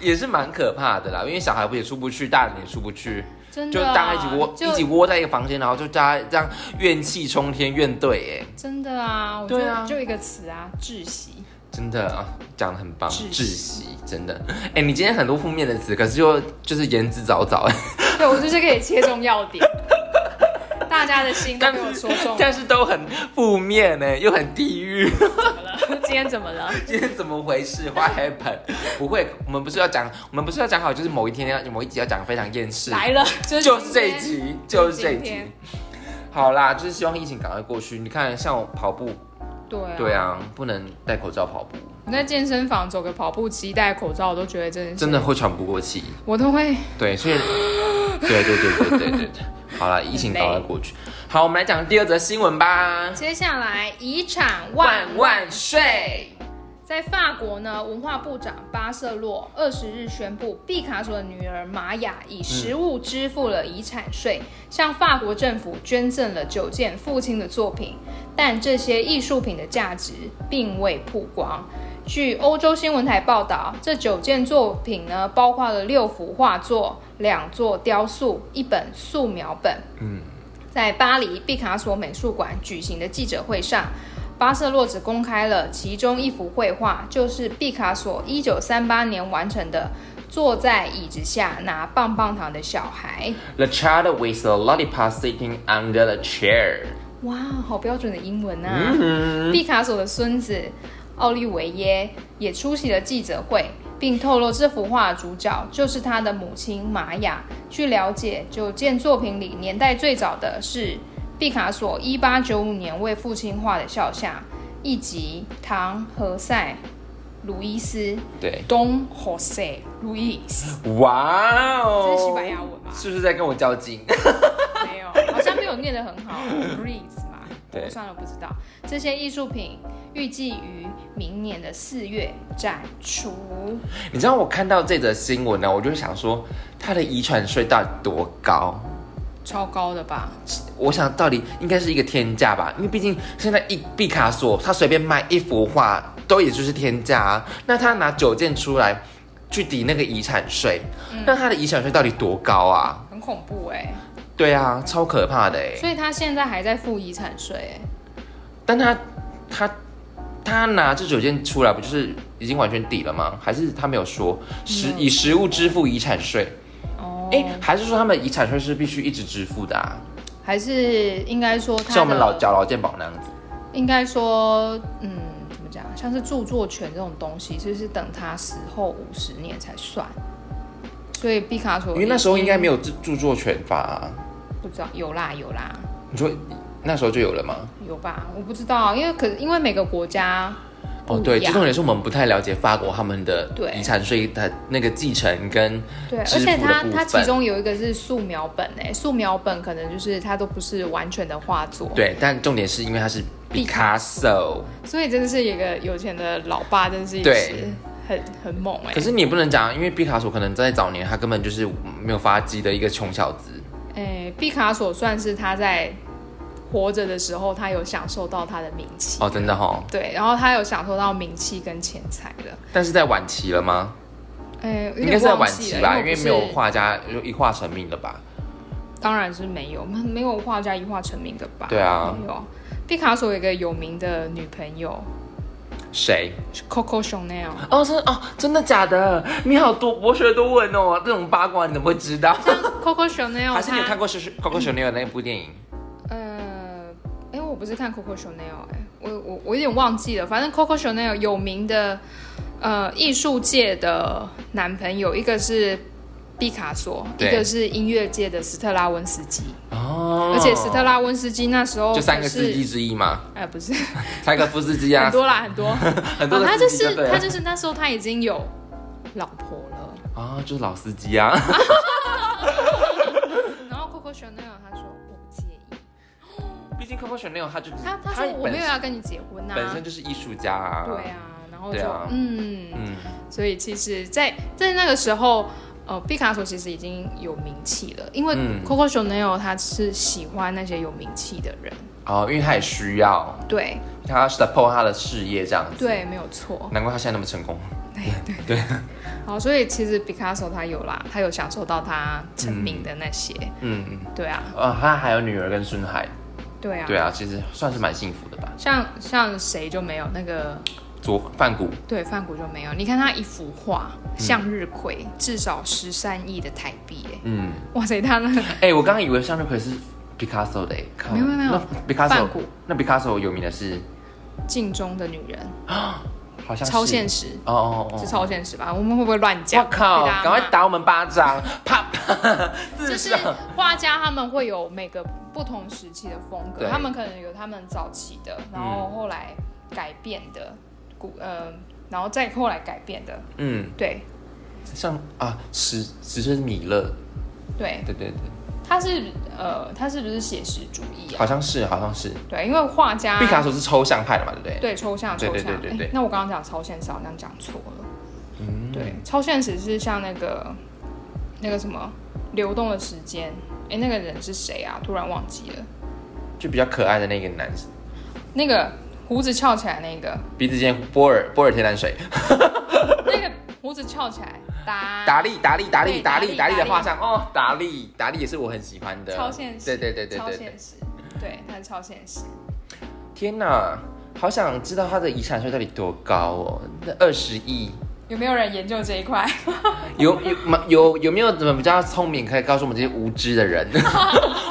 A: 也是蛮可怕的啦，因为小孩不也出不去，大人也出不去，
B: 真
A: 就
B: 的啊、
A: 大家一起窝
B: 就
A: 一起窝在一个房间，然后就大家这样怨气冲天怨怼哎、
B: 真的啊，我就
A: 对啊
B: 就一个词啊，窒息。
A: 真的啊，讲的很棒，
B: 窒息
A: 窒息，真的。哎、你今天很多负面的词，可是又就是言之凿哎凿，
B: 对我就是可以切中要 点，大家的心都被我说中了。
A: 但是都很负面呢，又很地狱。
B: 今天怎么了？
A: 今天怎么回事？What happened？不会，我们不是要讲，我们不是要讲好，就是某一天要某一集要讲非常厌世，
B: 来了，就是
A: 就是这
B: 今
A: 一
B: 天。
A: 集，就是这一
B: 今
A: 集
B: 天。
A: 好啦，就是希望疫情赶快过去。你看，像我跑步，
B: 对啊，
A: 对啊，不能戴口罩跑步，
B: 我在健身房走个跑步机，戴口罩，我都觉得真的是
A: 真的会喘不过气。
B: 我都会
A: 对， 所以，对对对对对对对，好啦，疫情赶快过去。好，我们来讲第二则新闻吧。
B: 接下来，遗产
A: 万
B: 万万
A: 万岁！
B: 在法国呢，文化部长巴瑟洛二十日宣布，毕卡索的女儿玛雅以实物支付了遗产税，向法国政府捐赠了九件父亲的作品，但这些艺术品的价值并未曝光。据欧洲新闻台报道，这九件作品呢，包括了六幅画作、两座雕塑、一本素描本。在巴黎毕卡索美术馆举行的记者会上，巴瑟洛只公开了其中一幅绘画，就是毕卡索1938年完成的《坐在椅子下拿棒棒糖的小孩》。
A: The child with a lollipop sitting under the chair。
B: 哇，好标准的英文啊！
A: 嗯，
B: 毕卡索的孙子奥利维耶也出席了记者会，并透露这幅画的主角就是他的母亲玛雅。据了解，九件作品里年代最早的是毕卡索1895年为父亲画的《肖像》，以及唐·何塞、鲁伊斯、
A: 对，
B: 东·何塞、路易斯，
A: 哇哦，
B: 这是西班牙文吧？
A: 是不是在跟我较劲？
B: 没有，好像没有念得很 好，Breeze 嘛，
A: 对
B: 我算了，不知道。这些艺术品预计于明年的四月展出。
A: 你知道我看到这则新闻呢，我就想说，他的遗传税到底多高？
B: 超高的吧？
A: 我想到底应该是一个天价吧，因为毕竟现在一毕卡索他随便卖一幅画都也就是天价啊，那他拿九件出来去抵那个遗产税，
B: 嗯
A: 那他的遗产税到底多高啊？
B: 很恐怖哎、
A: 对啊，超可怕的哎、
B: 所以他现在还在付遗产税哎、
A: 但他他他拿这九件出来，不就是已经完全抵了吗？还是他没有说实
B: 嗯
A: 以实物支付遗产税？
B: 哦，
A: 哎、还是说他们遗产税是必须一直支付的啊？
B: 还是应该说他的
A: 像我们老缴劳健保那样子？
B: 应该说，嗯，怎么讲？像是著作权这种东西，就是等他死后五十年才算。所以毕卡索，
A: 因为那时候应该没有著著作权法、啊，
B: 不知道有啦有啦
A: 你说那时候就有了吗？
B: 有吧？我不知道，因为可因为每个国家
A: 哦，
B: 不
A: 对，
B: 一
A: 这
B: 样
A: 重点是我们不太了解法国他们的
B: 对
A: 遗产税的那个继承跟
B: 对，而
A: 支
B: 且
A: 付的
B: 它
A: 部
B: 它其
A: 分。
B: 中有一个是素描本诶、素描本可能就是它都不是完全的画作，
A: 对，但重点是因为他是毕
B: 毕
A: 卡
B: 卡
A: 索，
B: 所以真的是一个有钱的老爸，真的是也
A: 对
B: 是很很猛欸诶、
A: 可是你也不能讲，因为毕卡索可能在早年他根本就是没有发迹的一个穷小子。
B: 诶，欸毕卡索算是他在活着的时候，他有享受到他的名气，
A: 哦，真的哈、哦。
B: 对，然后他有享受到名气跟钱财的。
A: 但是在晚期了吗？
B: 诶，有
A: 应该
B: 点
A: 是在
B: 忘
A: 晚
B: 记
A: 期
B: 了，
A: 吧，因
B: 因
A: 为
B: 我不
A: 没有
B: 是，
A: 画家就一画成名了吧？
B: 当然是没有，没没有画家一画成名的吧？
A: 对啊
B: 没有。毕卡索有一个有名的女朋友
A: 谁？
B: 是，Coco Chanel。
A: 哦，真哦，真的假的？你好多博学多闻哦，这种八卦你怎么会知 道？
B: Coco Chanel，
A: 还是你有看
B: 过？
A: 过《是是 Coco Chanel》那部电影？
B: 呃，哎，我不是看 Coco Chanel，哎，我我我有点忘记了。反正 Coco Chanel 有名的呃艺术界的男朋友，一个是毕卡索，
A: 对
B: 一个是音乐界的斯特拉文斯基。
A: 哦，
B: 而且斯特拉文斯基那时候
A: 就三个
B: 是
A: 司机，之一嘛，
B: 哎，不是
A: 柴可夫斯基啊
B: 很，多啦，很多。
A: 很多的哦
B: 啊他
A: 司
B: 就
A: 机
B: 是
A: 对
B: 他
A: 了
B: 就是那时候他已经有老婆了。
A: 啊，就是老司机啊。
B: 然后 Coco Chanel 他说我不介意，
A: 毕竟 Coco Chanel 他就
B: 他他说我
A: 本
B: 没有
A: 身
B: 要跟你结婚呐、
A: 本身就是艺术家啊。
B: 对，啊，然后
A: 对
B: 就、
A: 啊
B: 嗯，
A: 嗯，
B: 所以其实在，在那个时候，呃，毕卡索其实已经有名气了，因为
A: 嗯
B: Coco Chanel 他是喜欢那些有名气的人，
A: 哦，因为他也需要，
B: 对
A: 他要 support 他的事业这样子。，
B: 对，没有错。
A: 难怪他现在那么成功。
B: 好，所以其实毕卡索他有啦，他有享受到他成名的那些，
A: 嗯嗯。
B: 对啊，
A: 啊，他还有女儿跟孙孩，
B: 对啊，
A: 对啊，其实算是蛮幸福的吧。
B: 像像谁就没有那个
A: 左范谷，
B: 对范谷就没有，你看他一幅画
A: 嗯
B: 《向日葵》，至少十三亿的台币，哎，
A: 嗯，
B: 哇塞，他 那个
A: 哎、我刚刚以为向日葵是 Picasso 的、欸，靠
B: 没有没有没有
A: 那 Picasso
B: 梵谷
A: 那 Picasso 有名的是
B: 镜中的女人
A: 好像是
B: 超现实，
A: 哦哦哦
B: 是，超现实吧？我们会不会乱
A: 我
B: 讲？
A: 靠，
B: 被大家骂
A: 赶快打啊我们巴掌，啪啪，
B: 就
A: 自
B: 是
A: 上。
B: 画家他们会有每个不同时期的风格，
A: 对嗯
B: 他们可能有他们早期的，然后后来改变的，古呃，然后再后来改变的，
A: 嗯，
B: 对
A: 像啊，十十岁是米勒，
B: 对，
A: 对对对，
B: 他是呃，他是不是写实主义啊？
A: 好像是好像是，
B: 对，因为画家
A: 毕卡索是抽象派的嘛，对不对？
B: 啊对抽象
A: 对
B: 抽
A: 对
B: 象，
A: 对对对
B: 诶那我刚刚讲超现实好像讲错了，
A: 嗯，
B: 对，超现实是像那个那个什么流动的时间，哎、那个人是谁啊？突然忘记了，
A: 就比较可爱的那个男生，
B: 那个胡子翘起来那个。
A: 鼻子间波尔波尔天然水，
B: 那个胡子翘起来，达
A: 达利，达利，达利，
B: 啊对
A: 达
B: 达
A: 利，
B: 利
A: 达利的
B: 达利
A: 画像哦，达利，达利也是我很喜欢的，
B: 超现实，
A: 对对对对
B: 超
A: 对对，
B: 现实，对，它是超现实。
A: 天哪，好想知道他的遗产税到底多高哦，那二十亿，
B: 有没有人研究这一块？
A: 有有嘛有有没有怎么比较聪明，可以告诉我们这些无知的 人？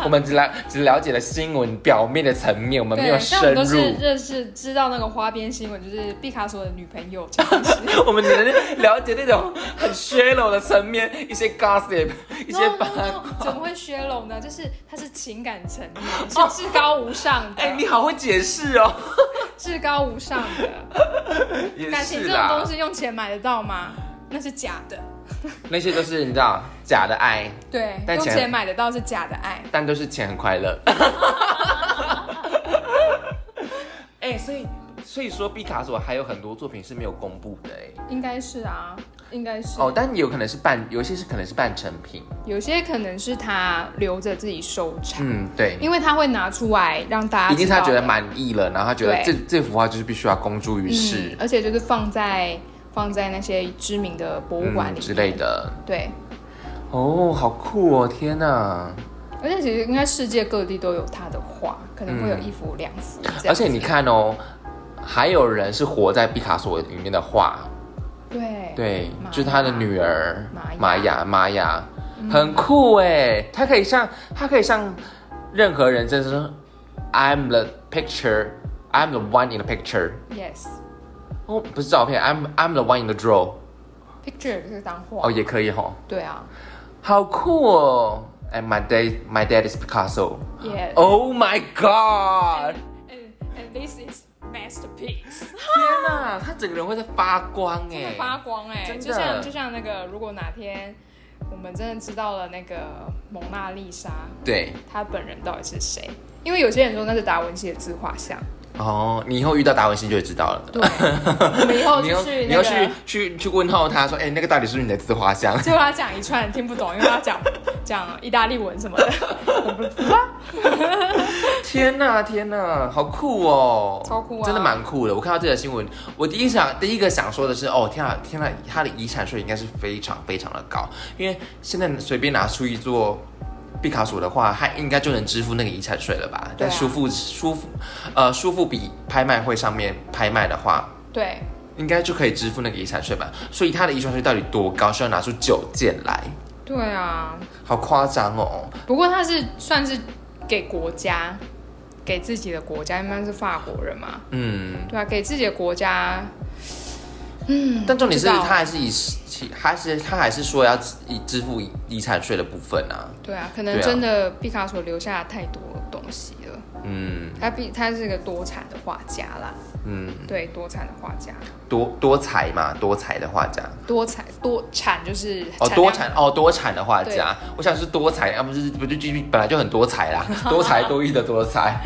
A: 我们只了只了解了新闻表面的层面，我们没有
B: 对，但
A: 深
B: 我们都是
A: 入。
B: 认识知道那个花边新闻，就是毕卡索的女朋友这件事。
A: 我们只能了解那种很 shallow 的层面，一些 gossip，一 些
B: no,
A: 八
B: no, no, 怎么会削龙呢？就是它是情感层面，是至高无上的，
A: 哦哎、你好会解释哦，
B: 至高无上的
A: 也
B: 感情
A: 是
B: 这种
A: 啦
B: 东，西用钱买得到吗？那是假的，
A: 那些都是你知道假的爱，
B: 对，
A: 但
B: 用
A: 钱
B: 钱买得到是假的爱。
A: 但都是钱很快 乐。哎、所以所以说，毕卡索还有很多作品是没有公布的哎、
B: 应该是啊，应该是。
A: 哦，但也有可能是半，有一些是可能是半成品。
B: 有些可能是他留着自己收藏，
A: 嗯，对，
B: 因为他会拿出来让大
A: 嗯
B: 家
A: 一定是他
B: 知道
A: 觉得
B: 的
A: 满意了，然后他觉得
B: 对
A: 这这幅画就是必须要公诸于世
B: 嗯，、而且就是放在放在那些知名的博物馆里、
A: 嗯之类。的。
B: 对，
A: 哦，好酷哦！天哪！
B: 而且其实应该世界各地都有他的画，可能会有
A: 嗯
B: 一幅两幅这样子。
A: 而且你看哦，还有人是活在毕卡索里面的画，
B: 对
A: 对，
B: 玛雅
A: 就是他的女儿
B: 玛嗯
A: 雅，玛雅，很酷哎！他可以像他可以像任何人，真的是 I'm the picture, I'm the one in the picture。
B: ，yes。
A: 哦，不是照片，I'm I'm the one in the draw。
B: Picture 就是当画，
A: 哦，也可以吼、
B: 对啊
A: 好酷哦！哎，My dad, my dad is Picasso.
B: ，Yes。
A: Oh my god！
B: And and this is masterpiece，
A: 天哪，他整个人会在发光
B: 真的
A: 哎！
B: 发光哎、
A: 真的
B: 就像就像那个，如果哪天我们真的知道了那个蒙娜丽莎，
A: 对，
B: 她本人到底是谁？因为有些人说那是达文西的自画像，
A: 哦，你以后遇到达文西就会知道了。
B: 对，我们以后
A: 你
B: 哦就
A: 要
B: 去
A: 你
B: 那
A: 要去
B: 个。
A: 去去问候他说，哎，那个到底是不是你的自画像？
B: 结果他讲一串听不懂，因为他讲讲意大利文什么的， 我不知道。
A: 天呐天呐，好酷哦！
B: 超酷啊
A: 真的蛮酷的。我看到这个新闻，我第一想第一个想说的是，哦天啊天呐，他的遗产税应该是非常非常的高，因为现在随便拿出一座毕卡索的话，他应该就能支付那个遗产税了吧？
B: 对啊
A: 但苏富苏富呃苏富比拍卖会上面拍卖的话。
B: 对，
A: 应该就可以支付那个遗产税吧，所以他的遗产税到底多高？需要拿出九件来，
B: 对啊，
A: 好夸张哦！
B: 不过他是算是给国家，给自己的国家，因为他是法国人嘛，
A: 嗯，
B: 对啊，给自己的国家，
A: 但重点是
B: 不知
A: 他
B: 道
A: 还是以其还是他还是说要以支付遗遗产税的部分啊，
B: 对啊，可
A: 对
B: 能
A: 啊
B: 真的毕卡索留下太多东西了。
A: 嗯
B: 他毕他是个多产的画家啦，
A: 嗯，
B: 对，多产的画家，
A: 多多彩嘛，多彩的画家
B: 多产多产就是
A: 哦，
B: 量
A: 多产哦，多产的画家，我想是多彩，要、不是不就就本来就很多 彩啦，
B: 啊
A: 多才多艺的多彩。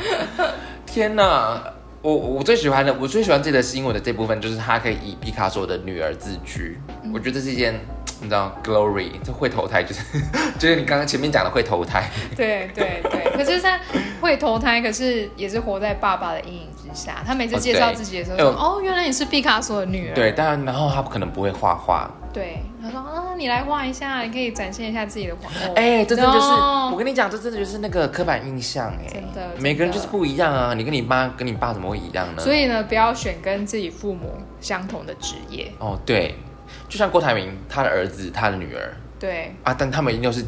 A: 天哪，我我最喜欢的，我最喜欢这则新闻的这部分就是他可以以毕卡索的女儿自居，
B: 嗯
A: 我觉得这是一件。你知道 glory 这会投胎就是 就是你刚刚前面讲的会投胎，
B: 对 对对，可是他会投胎，可是也是活在爸爸的阴影之下。他每次介
A: 哦
B: 绍
A: 对
B: 自己的时候
A: 哎
B: 说：“
A: 呦
B: 哦，原来你是毕卡索的女儿。
A: 对，当然然后他可能不会画画，
B: 对他说：“啊，你来画一下，你可以展现一下自己的皇后。
A: 哎、这真的就是
B: No
A: 我跟你讲，这真的就是那个刻板印象哎、
B: 哦真的
A: 每个人
B: 真的
A: 就是不一样啊。你跟你妈跟你爸怎么会一样呢？
B: 所以呢，不要选跟自己父母相同的职业。
A: 哦，对，就像郭台铭他的儿子、他的女儿
B: 对
A: 啊，但他们一定都是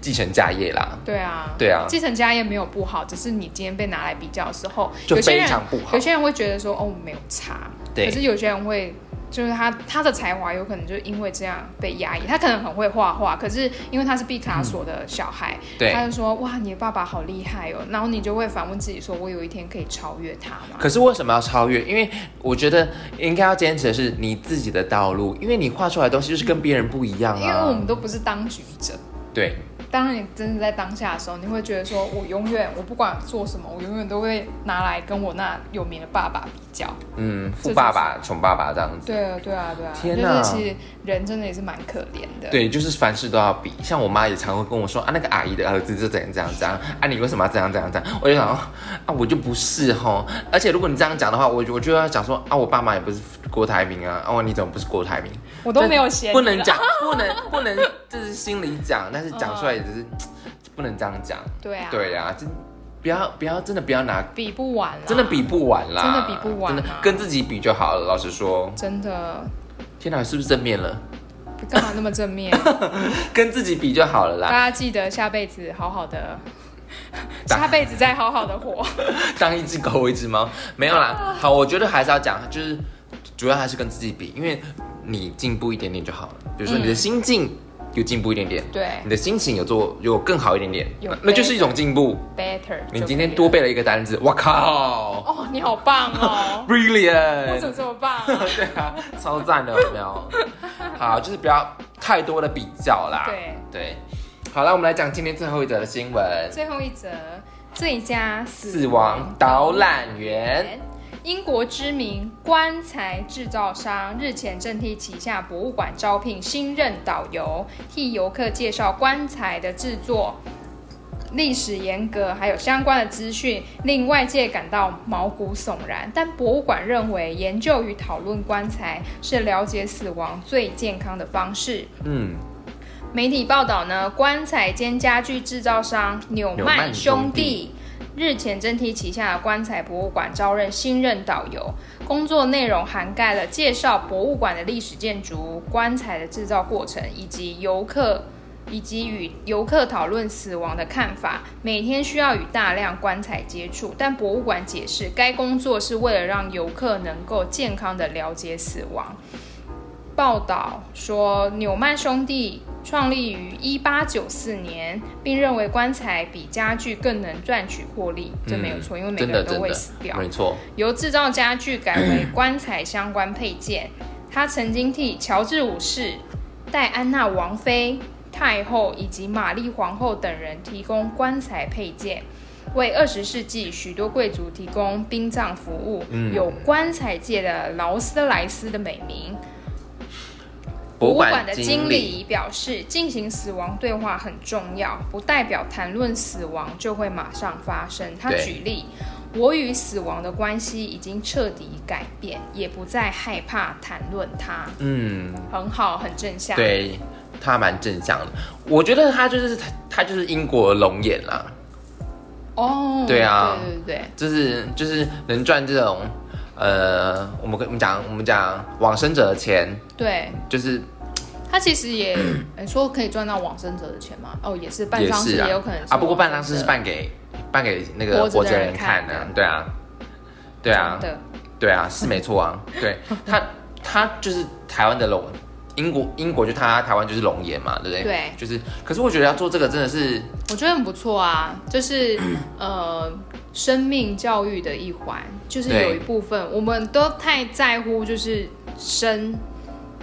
A: 继承家业啦。
B: 对啊，
A: 对啊
B: 继承家业没有不好，只是你今天被拿来比较的时候，
A: 就
B: 有些人
A: 非常不好
B: 有些人会觉得说：“哦，没有差。”
A: 对
B: 可是有些人会。就是他，他的才华有可能就因为这样被压抑。他可能很会画画，可是因为他是毕卡索的小孩，
A: 对，
B: 他就说：“哇，你的爸爸好厉害哦。”然后你就会反问自己说：“我有一天可以超越他吗
A: 可是为什么要超越？因为我觉得应该要坚持的是你自己的道路，因为你画出来的东西就是跟别人不一样？”
B: 因为我
A: 啊。
B: 们都不是当局者。
A: 对，
B: 当然，你真的在当下的时候，你会觉得说：“我永远，我不管做什么，我永远都会拿来跟我那有名的爸爸比较。
A: 嗯，
B: 这
A: 富
B: 就是
A: 爸爸、穷爸爸这样”子。
B: 对啊，对啊，对啊。
A: 天哪
B: 就是其实人真的也是蛮可怜的。
A: 对，就是凡事都要比。像我妈也常会跟我说啊，那个阿姨的儿子就怎样怎样怎样，啊，你为什么要怎样怎样怎样？我就想说啊，我就不是吼。而且如果你这样讲的话，我我就要讲说啊，我爸妈也不是郭台铭啊，啊，你怎么不是郭台铭？
B: 我都没有嫌你
A: 不能
B: 啦。
A: 讲，不能不能，就是心里讲，但是讲出来也只是、不能这样讲。
B: 对啊，
A: 对呀、啊，真不要不要，真的不要拿，
B: 比不完啦。
A: 真的比不完啦，
B: 真的比不完啊
A: 真的跟自己比就好了。老实说，
B: 真的，
A: 天哪，是不是正面了？
B: 干嘛那么 正面？
A: 跟自己比就好了
B: 大
A: 啦，
B: 家记得下辈子好好的，
A: 打
B: 下辈子再好好 的活。
A: 当一只狗，一只猫， 没有啦。好，我觉得还是要讲，就是主要还是跟自己比，因为你进步一点点就好了。比如说你的心境有进步一点点，
B: 对
A: 你的心情有做有更好一点点，
B: 有
A: 那那就是一种进步。
B: ，better 就可
A: 你
B: 以了。
A: 今天多背了一个单字，我靠！
B: 哦，你好棒哦
A: ，brilliant！
B: 我怎么这么棒啊、
A: 对啊，超赞的，有没有？好，就是不要太多的比较啦。
B: 对
A: 对，好了，我们来讲今天最后一则的新闻：
B: 最后一则，最佳死
A: 死亡导览员。
B: 英国知名棺材制造商日前正替旗下博物馆招聘新任导游，替游客介绍棺材的制作、历史严格，还有相关的资讯，令外界感到毛骨悚然。但博物馆认为，研究与讨论棺材是了解死亡最健康的方式。
A: 嗯，
B: 媒体报道呢，棺材兼家具制造商纽
A: 纽曼
B: 曼
A: 兄
B: 兄
A: 弟
B: 弟日前正替旗下的棺材博物馆招认新任导游，工作内容涵盖了介绍博物馆的历史建筑、棺材的制造过程，以及游客。以及与游客讨论死亡的看法，每天需要与大量棺材接触，但博物馆解释，该工作是为了让游客能够健康的了解死亡。报道说，纽曼兄弟创立于一八九四年，并认为棺材比家具更能赚取获利，这没有错，因为每
A: 嗯真
B: 个
A: 的
B: 人都
A: 真
B: 会
A: 的
B: 死掉，。
A: 没错。
B: 由制造家具改为棺材相关配件。他曾经替乔治五世、戴安娜王妃、太后以及玛丽皇后等人提供棺材配件，为二十世纪许多贵族提供殡葬服务，有棺材界的劳斯莱斯的美名。
A: 博
B: 博
A: 物
B: 物
A: 馆
B: 馆
A: 的
B: 的
A: 经
B: 经
A: 理，
B: 理表示，进行死亡对话很重要，不代表谈论死亡就会马上发生。他
A: 对
B: 举例，我与死亡的关系已经彻底改变，也不再害怕谈论它。
A: 嗯，
B: 很好，很正向。，
A: 对他蛮正向的。我觉得他就是他他就是英国龙眼啦，
B: 哦，
A: 对啊
B: 对对对，
A: 就是就是能赚这种呃，我们跟我们讲我们讲往生者的钱，
B: 对
A: 就是
B: 他其实 也诶说可以赚到往生者的钱嘛？哦，也是办
A: 也
B: 丧事
A: 是啊，
B: 也有可能是
A: 啊。不过
B: 往
A: 办丧
B: 生
A: 事是
B: 者
A: 办给办给那
B: 活
A: 个
B: 着的
A: 活着的
B: 人
A: 人看的、
B: 看
A: 对啊，对啊，
B: 真的，
A: 对啊，是没错 啊。对他，他就是台湾的龙，英国英国就他台湾就是龙岩嘛，对不对？
B: 对
A: 就是。可是我觉得要做这个真的是
B: 我觉得很不错啊，就是
A: 嗯
B: 呃，生命教育的一环，就是
A: 对
B: 有一部分我们都太在乎就是生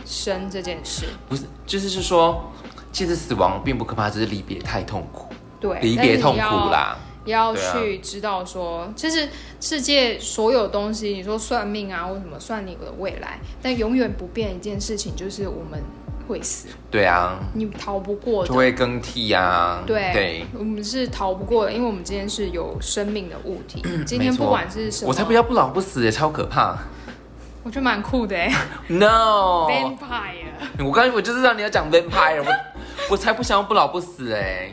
B: 生这件事，
A: 不是，就是是说，其实死亡并不可怕，只是离别太痛苦，
B: 对，
A: 离
B: 但是
A: 别
B: 你
A: 痛苦
B: 要
A: 啦。
B: 也要
A: 对啊
B: 去知道说，其实世界所有东西，你说算命啊，或什么算你的未来，但永远不变一件事情就是我们会死，
A: 对啊，
B: 你逃不过
A: 就
B: 的。
A: 会更替啊。
B: 对，
A: 对，
B: 我们是逃不过的，因为我们今天是有生命的物体。今
A: 嗯
B: 天
A: 没错
B: 不管是什么，
A: 我才不要不老不死耶，超可怕。
B: 我觉得蛮酷的哎、
A: No，
B: Vampire，
A: 我刚我就知道你要讲 vampire，我 我才不想要不老不死哎、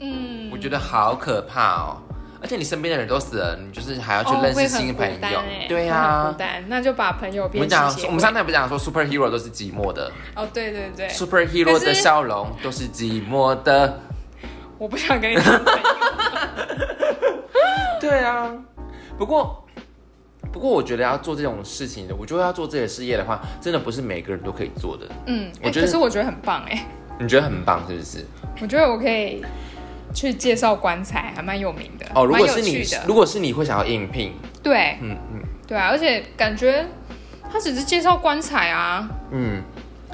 B: 嗯，
A: 我觉得好可怕哦。而且你身边的人都死了，你就是还要去
B: 哦
A: 认识
B: 会很
A: 新的
B: 孤
A: 朋
B: 单
A: 友，
B: 欸
A: 对呀、
B: 会很孤单，那就把朋友
A: 我
B: 变
A: 们
B: 成
A: 讲
B: 协，会
A: 我们上次不讲说 superhero 都是寂寞的
B: 哦，对对对，
A: ，superhero
B: 可是
A: 的笑容都是寂寞的。
B: 我不想跟你 当朋友，
A: 对啊，不过不过我觉得要做这种事情的，我觉得要做这些事业的话，真的不是每个人都可以做的。
B: 嗯，
A: 我
B: 哎
A: 觉得
B: 可是我觉得很棒哎，
A: 你觉得很棒是不是？
B: 我觉得我可以去介绍棺材，还蛮有名的，
A: 哦，如果
B: 蛮有
A: 是你
B: 趣，的，
A: 如果是你会想要应聘，
B: 对
A: 嗯嗯
B: 对啊，而且感觉他只是介绍棺材啊，
A: 嗯，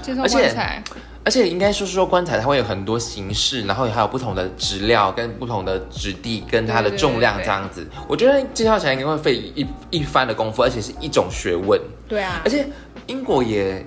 B: 介绍
A: 而且
B: 棺材，
A: 而且应该说是说棺材它会有很多形式，然后还有不同的质料跟不同的质地跟它的
B: 对对对
A: 重量
B: 对
A: 这样子。我觉得介绍起来应该会费一一番的功夫，而且是一种学问。
B: 对啊
A: 而，且英国也，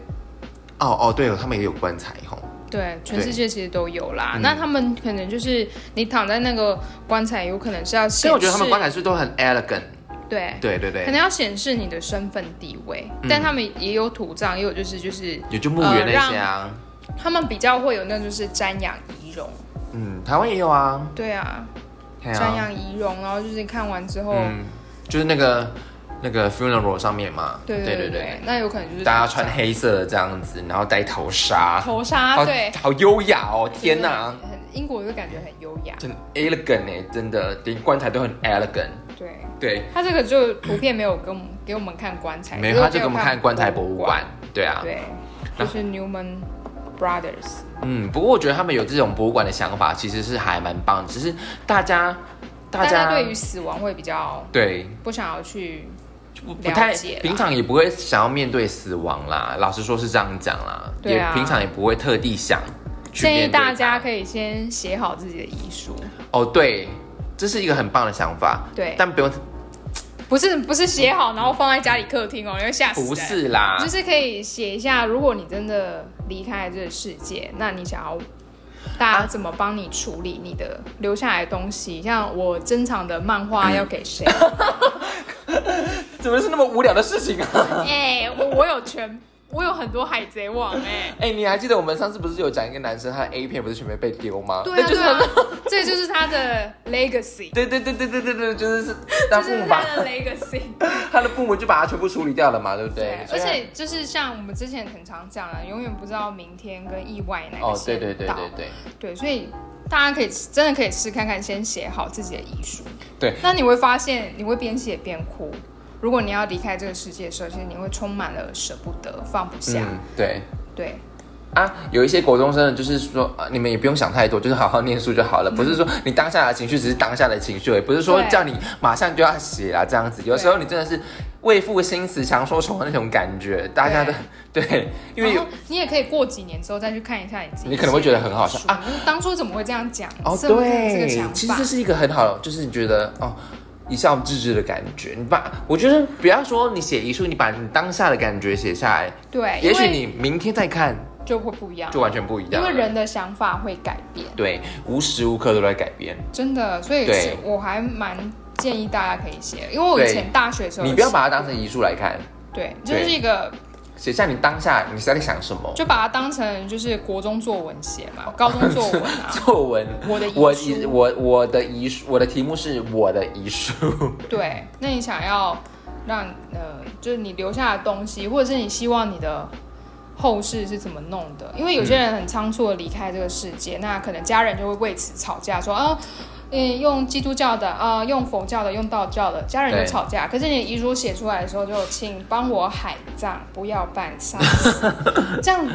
A: 哦哦，对哦，他们也有棺材吼。
B: 对，全
A: 对
B: 世界其实都有啦。那他们可能就是你躺在那个棺材，有可能是要显
A: 所以我觉得他们
B: 示
A: 棺材是不是呃都很 elegant，
B: 对
A: 对对嗯对，
B: 可能要显示你的身份地位，但他们也有土葬，也有就是就是
A: 也就墓园
B: 呃
A: 那些啊，
B: 他们比较会有那就是瞻仰仪容，
A: 嗯，台湾也有啊，
B: 对啊，
A: 对
B: 瞻
A: 啊，
B: 仰仪容，然后就是看完之后，
A: 嗯，就是那个那个 funeral 上面嘛，
B: 对
A: 对
B: 对
A: 对，
B: 那有可能就是
A: 大家穿黑色的这样子，然后戴头纱，
B: 头纱，
A: 好
B: 啊对，
A: 好优雅哦，天哪，
B: 很英国就感觉很优雅，
A: 真 elegant 哎，真的，连棺材都很 elegant，
B: 对。
A: 对，
B: 他这个就图片没有给我们给我们看棺材，
A: 没有
B: 只有
A: 他就给我们看棺材博物馆，对啊，
B: 对，就是 Newman Brothers，
A: 嗯，不过我觉得他们有这种博物馆的想法，其实是还蛮棒，只是大家大
B: 大
A: 家
B: 家对于死亡会比较
A: 对
B: 不想要去，
A: 不不
B: 了
A: 太
B: 解啦
A: 平常也不会想要面对死亡啦，老实说是这样讲啦，
B: 对啊
A: 也平常也不会特地想去
B: 建议
A: 面对它
B: 大家可以先写好自己的遗书，
A: 哦，对，这是一个很棒的想法，
B: 对
A: 但不用
B: 不是不是写好然后放在家里客厅哦，你会吓死人。
A: 不是啊啦，
B: 就是可以写一下，如果你真的离开这个世界，那你想要大家怎么帮你处理你的留下来的东西？像我珍藏的漫画要 给谁？
A: 怎么是那么无聊的事情啊？
B: 哎、我我有全，我有很多海贼王哎、
A: 哎、你还记得我们上次不是有讲一个男生他的 A 片不是全被被丢吗？
B: 对
A: 那
B: 啊
A: 就
B: 对
A: 是
B: 啊
A: 他，
B: 这就是他的 legacy，
A: 对对对对对对对，就是是他
B: 这
A: 父
B: 是
A: 母把
B: 他的 legacy。
A: 他的父母就把他全部处理掉了嘛，对不对？
B: 对，
A: 所
B: 而
A: 以他
B: 且就是像我们之前很常讲的，永远不知道明天跟意外哪个
A: 哦，对
B: 先到。
A: 对对对对
B: 对，所以大家可以真的可以试看看，先写好自己的遗书。
A: 对，
B: 那你会发现你会边写边哭。如果你要离开这个世界的时候，其实你会充满了舍不得、放不下。
A: 嗯对。
B: 对，
A: 啊，有一些国中生的，就是说、啊你们也不用想太多，就是好好念书就好了。不是说你当下的情绪只是当下的情绪而已，不是说
B: 嗯对
A: 叫你马上就要写啦这样子。有时候你真的是为赋新词强说愁的那种感觉，大家都对因为有
B: 然后你也可以过几年之后再去看一下你自己，
A: 你可能会觉得很好笑
B: 啊，当初怎么会这样讲？
A: 哦，
B: 怎么会有这个
A: 对
B: 想，
A: 其实
B: 法
A: 这是一个很好，就是你觉得哦。一笑置之的感觉，你把我觉得不要说你写遗书，你把你当下的感觉写下来，
B: 对，
A: 也许
B: 哎因为
A: 你明天再看
B: 就会不一样
A: 就，完全不一
B: 因
A: 样了。
B: 为人的想法会改变，
A: 对无时无刻都在改变，
B: 真的。所以
A: 对
B: 是我还蛮建议大家可以写，因为我以
A: 对
B: 前大学的时候，
A: 你不要把它当成遗书来看。
B: 对，就
A: 对
B: 是一个
A: 写下你当下你是在想什么
B: 就把它当成就是国中作文写嘛，高中作文啊。
A: 作文。
B: 我的遗
A: 我
B: 书
A: 遗我我的遗书，我的题目是我的遗书。
B: 对，那你想要让呃，就是你留下的东西，或者是你希望你的后事是怎么弄的？因为有些人很仓促的离开这个世界，那可能家人就会为此吵架，说啊。嗯，用基督教的啊、用佛教的，用道教的，家人
A: 对
B: 就吵架。可是你遗书写出来的呃时候，就请帮我海葬，不要办丧事，这样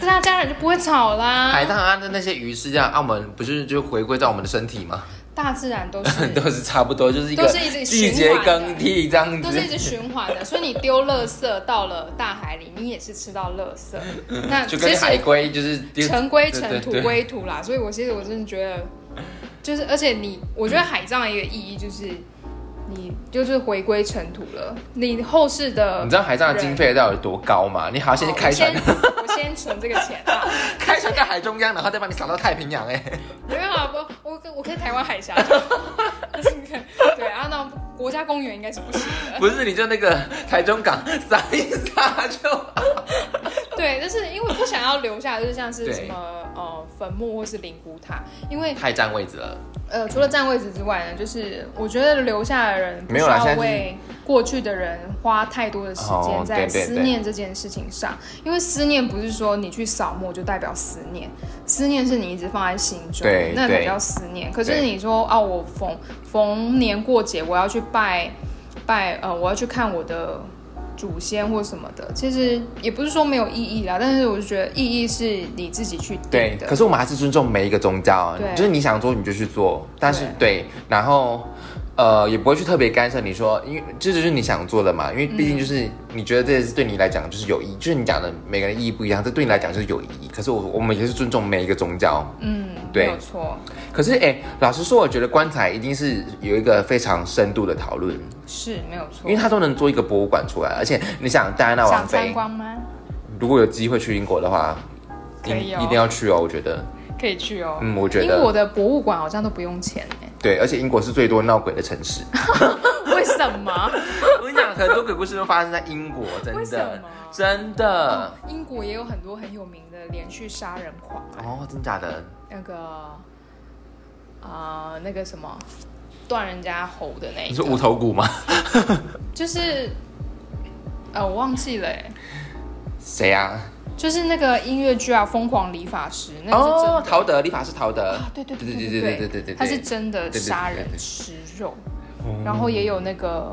B: 大家家人就不会吵啦。
A: 海上岸的那些鱼是这样，啊，我们不是就回归到我们的身体吗？
B: 大自然都是
A: 都是差不多，就是一个
B: 都是一直
A: 季
B: 循
A: 节
B: 环的
A: 更替这样
B: 都是
A: 子
B: 一。直循环的，所以你丢垃圾到了大海里，你也是吃到垃 圾。那
A: 就
B: 其
A: 跟海
B: 实
A: 龟就是丢
B: 尘归
A: 对
B: 尘，
A: 对
B: 土
A: 对
B: 归土啦。所以我其实我真的觉得，就是而且你，我觉得海葬的一个意义就是，你就是回归尘土了。你后世的
A: 你知道海上的经费到底有多高吗？你好，
B: 好
A: 先去开船
B: 我，先我先存这个钱啊，
A: 开船在海中央，然后再把你撒到太平洋、哎，
B: 没有啊，不，我我可以台湾 海峡。 对啊，那国家公园应该是不行的。
A: 不是，你就那个台中港 撒一撒就。
B: 对，但是因为不想要留下，就是像是
A: 对
B: 什么呃坟墓或是灵骨塔，因为
A: 太占位置了，
B: 呃除了占位置之外呢，就是我觉得留下的人不
A: 没
B: 需
A: 有啦
B: 要
A: 现在就是
B: 为过去的人花太多的时
A: 哦
B: 间在
A: 对对
B: 思
A: 对
B: 念这件事情上，因为思念不是说你去扫墓就代表思念，思念是你一直放在心中
A: 对，
B: 那才
A: 对
B: 叫思念。可是
A: 对
B: 你说啊，我逢逢年过节我要去拜拜，呃，我要去看我的祖先或什么的，其实也不是说没有意义啦，但是我就觉得意义是你自己去
A: 对
B: 定。的
A: 可。是我们还是尊重每一个宗教啊
B: 对，
A: 就是你想做你就去做，但是对，然后呃也不会去特别干涉你说，因为这就是你想做的嘛，因为毕竟就是
B: 嗯
A: 你觉得这是对你来讲就是有意义，就是你讲的每个人意义不一样，这对你来讲就是有意义。可是我我们也是尊重每一个宗教。
B: 嗯，
A: 对
B: 没有错，
A: 可是哎、老实说，我觉得棺材一定是有一个非常深度的讨论，
B: 是没有错
A: 因为。它都能做一个博物馆出来，而且你想戴安娜王
B: 想
A: 妃
B: 参，观吗？
A: 如果有机会去英国的话，
B: 可以哦
A: 一定要去哦，我觉得，
B: 可以去哦。
A: 嗯，我觉
B: 英
A: 得
B: 国的博物馆好像都不用钱哎，
A: 对，而且英国是最多闹鬼的城市。
B: 为什么？
A: 我跟你讲，很多鬼故事都发生在英国，真
B: 为什
A: 的
B: 么，
A: 真的。
B: 英国也有很多很有名的连续杀人狂，
A: 哦哦，真假的？
B: 那个啊、呃那个什么断人家喉的那一
A: 你说
B: 种，
A: 无头骨吗？
B: 就是呃我忘记了、欸，
A: 谁啊？
B: 就是那个音乐剧啊《疯狂理发师》，那个是真的。
A: 哦，陶德，理发是陶德。
B: 啊，对对
A: 对
B: 对
A: 对
B: 对
A: 对对
B: 对
A: 对对，
B: 他是真的
A: 对对
B: 杀
A: 对
B: 人
A: 对
B: 吃肉，然后也有那个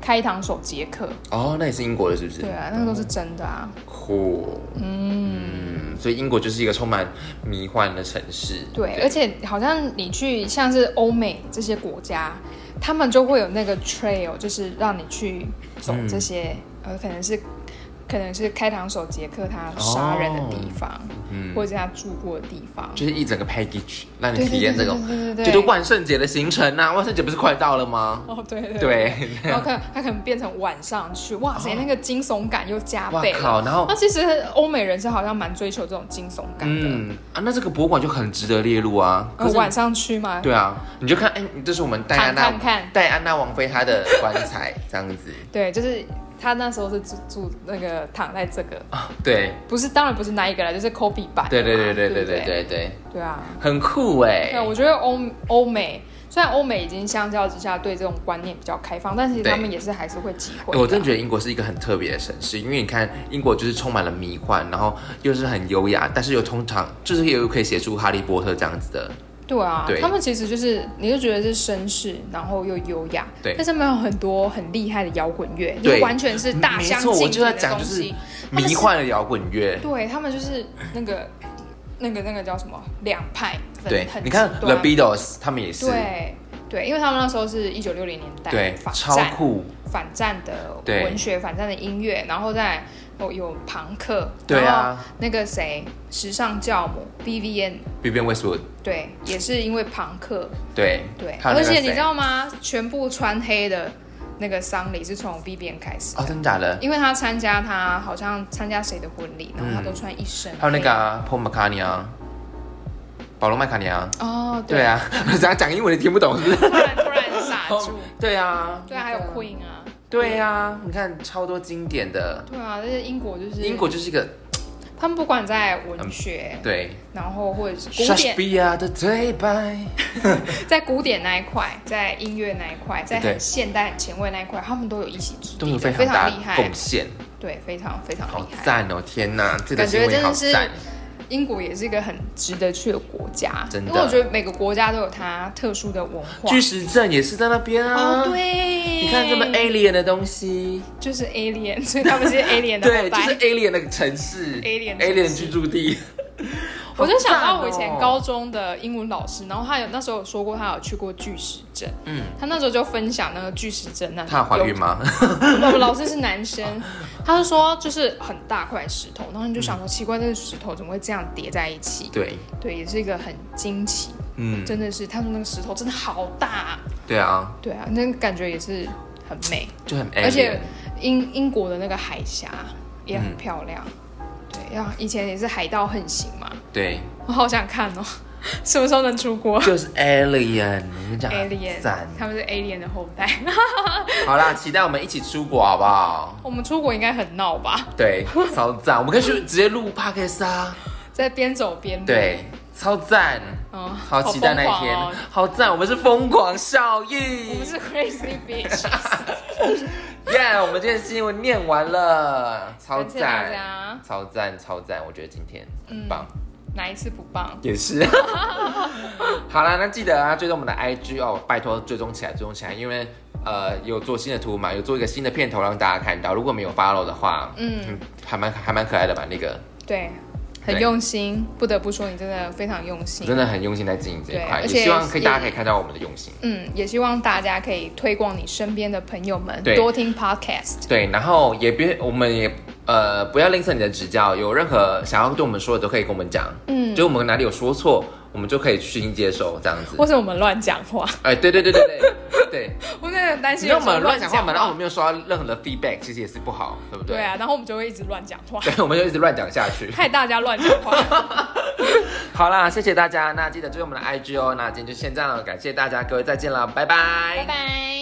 B: 开膛手杰克，
A: 哦，那也是英国的，是不是？
B: 对啊，那个都是真的啊，
A: 酷。嗯，所以英国就是一个充满迷幻的城市。
B: 对，而且好像你去像是欧美这些国家，他们就会有那个 trail，就是让你去走这些，
A: 嗯
B: 呃，可能是可能是开膛手杰克他杀人的地方，
A: 嗯
B: 或者是他住过的地方，
A: 就是一整个 package 让你
B: 对
A: 体验这个，
B: 对对对对
A: 就
B: 对
A: 是万圣节的行程呐、万圣节不是快到了吗？
B: 哦，对对
A: 对，
B: 然后可能他可能变成晚上去，哇塞，那个惊悚感又加
A: 哇
B: 倍了。
A: 靠！然后
B: 那其实欧美人是好像蛮追求这种惊悚感的，
A: 嗯啊，那这个博物馆就很值得列入啊。可
B: 呃
A: 是
B: 晚上去吗？
A: 对啊，你就看，哎、这是我们戴安娜
B: 看看看
A: 戴安娜王妃她的棺材这样 子，
B: 对，就是他那时候是住住那个躺在这个，
A: 对
B: 不是当然不是那一个啦，就是 copy 版的
A: 对
B: 嘛。
A: 对对对
B: 对
A: 对
B: 不
A: 对对对，
B: 对啊！
A: 很酷哎、
B: 对，啊我觉得欧欧美虽然欧美已经相较之下对这种观念比较开放，但是其实
A: 对
B: 他们也是还是会忌
A: 欸
B: 讳的。
A: 我真的觉得英国是一个很特别的城市，因为你看英国就是充满了迷幻，然后又是很优雅，但是又通常就是又可以写出《哈利波特》这样子的，
B: 对啊，
A: 对
B: 他们其实就是你就觉得是绅士，然后又优雅，
A: 对
B: 但是没有很多很厉害的摇滚乐，
A: 对
B: 也完全是大
A: 没
B: 相
A: 错，我
B: 径
A: 就
B: 庭
A: 在
B: 的
A: 讲
B: 东
A: 就是
B: 西。他们
A: 迷
B: 是
A: 幻的摇滚乐。
B: 对他们就是那个那个那个叫什么两派，很
A: 对，
B: 很
A: 你看
B: 极
A: The
B: 端
A: Beatles 他们也是，
B: 啊对对，因为他们那时候是一九六零年代，
A: 对，
B: 反
A: 超
B: 战
A: 酷，
B: 反战的
A: 对
B: 文学，反战的音乐，然后再哦有朋克，
A: 对啊，
B: 那个谁，时尚教母 B V N，
A: Vivian Westwood，
B: 对，也是因为朋克，
A: 对
B: 对，
A: 还有
B: 而
A: 那个
B: 且你
A: 谁
B: 知道吗？全部穿黑的那个丧礼是从 B B N 开始
A: 哦，
B: 的。
A: 真的假的？
B: 因为他参加他好像参加谁的婚礼，然后他都穿一身黑。
A: 嗯还有那个啊 Paul McCartney 啊，保罗麦卡尼啊，
B: 哦，
A: 对啊， 只要讲英文你听不懂是不是？
B: 突然突然 傻住。
A: 对啊，
B: 对啊，还有 Queen 啊，
A: 对啊，你看超多经典的，
B: 对啊，这些英国就是
A: 英国，就是一个
B: 他们不管在文学，
A: 对。
B: 然后或者是古
A: 莎士
B: 典，
A: 比亚的对白，
B: 在古典那一块，在音乐那一块，在
A: 对
B: 很现代、很前卫那一块，他们都有一席之
A: 都有
B: 地
A: 非常
B: 的，非
A: 大
B: 常
A: 的
B: 厉害
A: 贡，献，
B: 对，非常非常
A: 好
B: 厉害。
A: 赞哦！天哪，这个
B: 感觉
A: 行为
B: 真的
A: 好
B: 是
A: 赞，
B: 英国也是一个很值得去的国家，
A: 真的
B: 因为我觉得每个国家都有它特殊的文化
A: 巨。石阵也是在那边啊，
B: 哦，对，
A: 你看这么 alien 的东西，
B: 就是 alien，所以他 们是 alien 的
A: 对，
B: 后
A: 就
B: 代
A: 是 alien 那个城市
B: Alien 城市
A: alien 居住地。
B: 我就想到
A: 好赞哦
B: 我以前高中的英文老师，然后他有那时候有说过他有去过巨石阵，
A: 嗯
B: 嗯，他那时候就分享那个巨石阵那里
A: 她怀
B: 有
A: 孕吗？
B: 我们 老师是男生，他就说就是很大块石头，然后你就想说奇怪，这个石头怎么会这样叠在一起？
A: 对，
B: 对，也是一个很惊奇，
A: 嗯，
B: 真的是他说那个石头真的好大，
A: 对啊，
B: 对啊，那感觉也是很美，
A: 就很 alien。
B: 而且英英国的那个海峡也很漂亮，对，呀，以前也是海盗横行嘛，
A: 对，
B: 我好想看哦， 什么时候能出 国？
A: 就是 alien，你讲
B: Alien，
A: 赞。
B: 他们是 Alien 的后代。
A: 好啦，期待我们一起出国好不好？
B: 我们出国应该很闹吧？
A: 对，超赞，我们可以去直接录 podcast 啊。
B: 在边走边录，
A: 对，超赞。
B: 哦，
A: 好期待那一天，
B: 好疯狂哦
A: 好赞！我们是疯狂效
B: 我
A: 应
B: 们，是 crazy bitch，
A: 耶我们今天新闻念完了，超
B: 感谢大
A: 赞，
B: 家。嗯
A: 超赞，超赞！我觉得今天很棒，
B: 啊哪一次不棒？
A: 也是。 好啦，那记得啊，追踪我们的 IG 哦，拜托追踪起来，追踪起来，因为呃有做新的图嘛，有做一个新的片头让大家看到。如果没有 follow 的话，
B: 嗯
A: 嗯，还蛮还蛮可爱的吧，那个
B: 对，很
A: 对
B: 用心，不得不说你真的非常用心。
A: 真的很用心在经营这一
B: 对
A: 块，也
B: 而且
A: 希望可以
B: 是
A: 大家可以看到我们的用心。
B: 嗯，也希望大家可以推广你身边的朋友们
A: 对，
B: 多听 podcast。
A: 对，然后也别，我们也呃不要吝啬你的指教，有任何想要对我们说的都可以跟我们讲，
B: 嗯
A: 就我们哪里有说错，我们就可以虚心接受这样子
B: 或。是我们乱讲话，
A: 哎，对对对对对对，
B: 我真的很担
A: 你
B: 心
A: 让
B: 有
A: 我
B: 时
A: 们
B: 候
A: 乱讲话嘛，
B: 话。
A: 然后我们没有收到任何的 feedback，其实也是不好，对不对？
B: 对啊，然后我们就会一直乱讲话，
A: 对，我们就一直乱讲下去。
B: 害大家乱讲话。
A: 好啦，谢谢大家，那记得追我们的 IG 哦。那今天就先这样了，感谢大家，各位再见了，拜拜
B: 拜拜。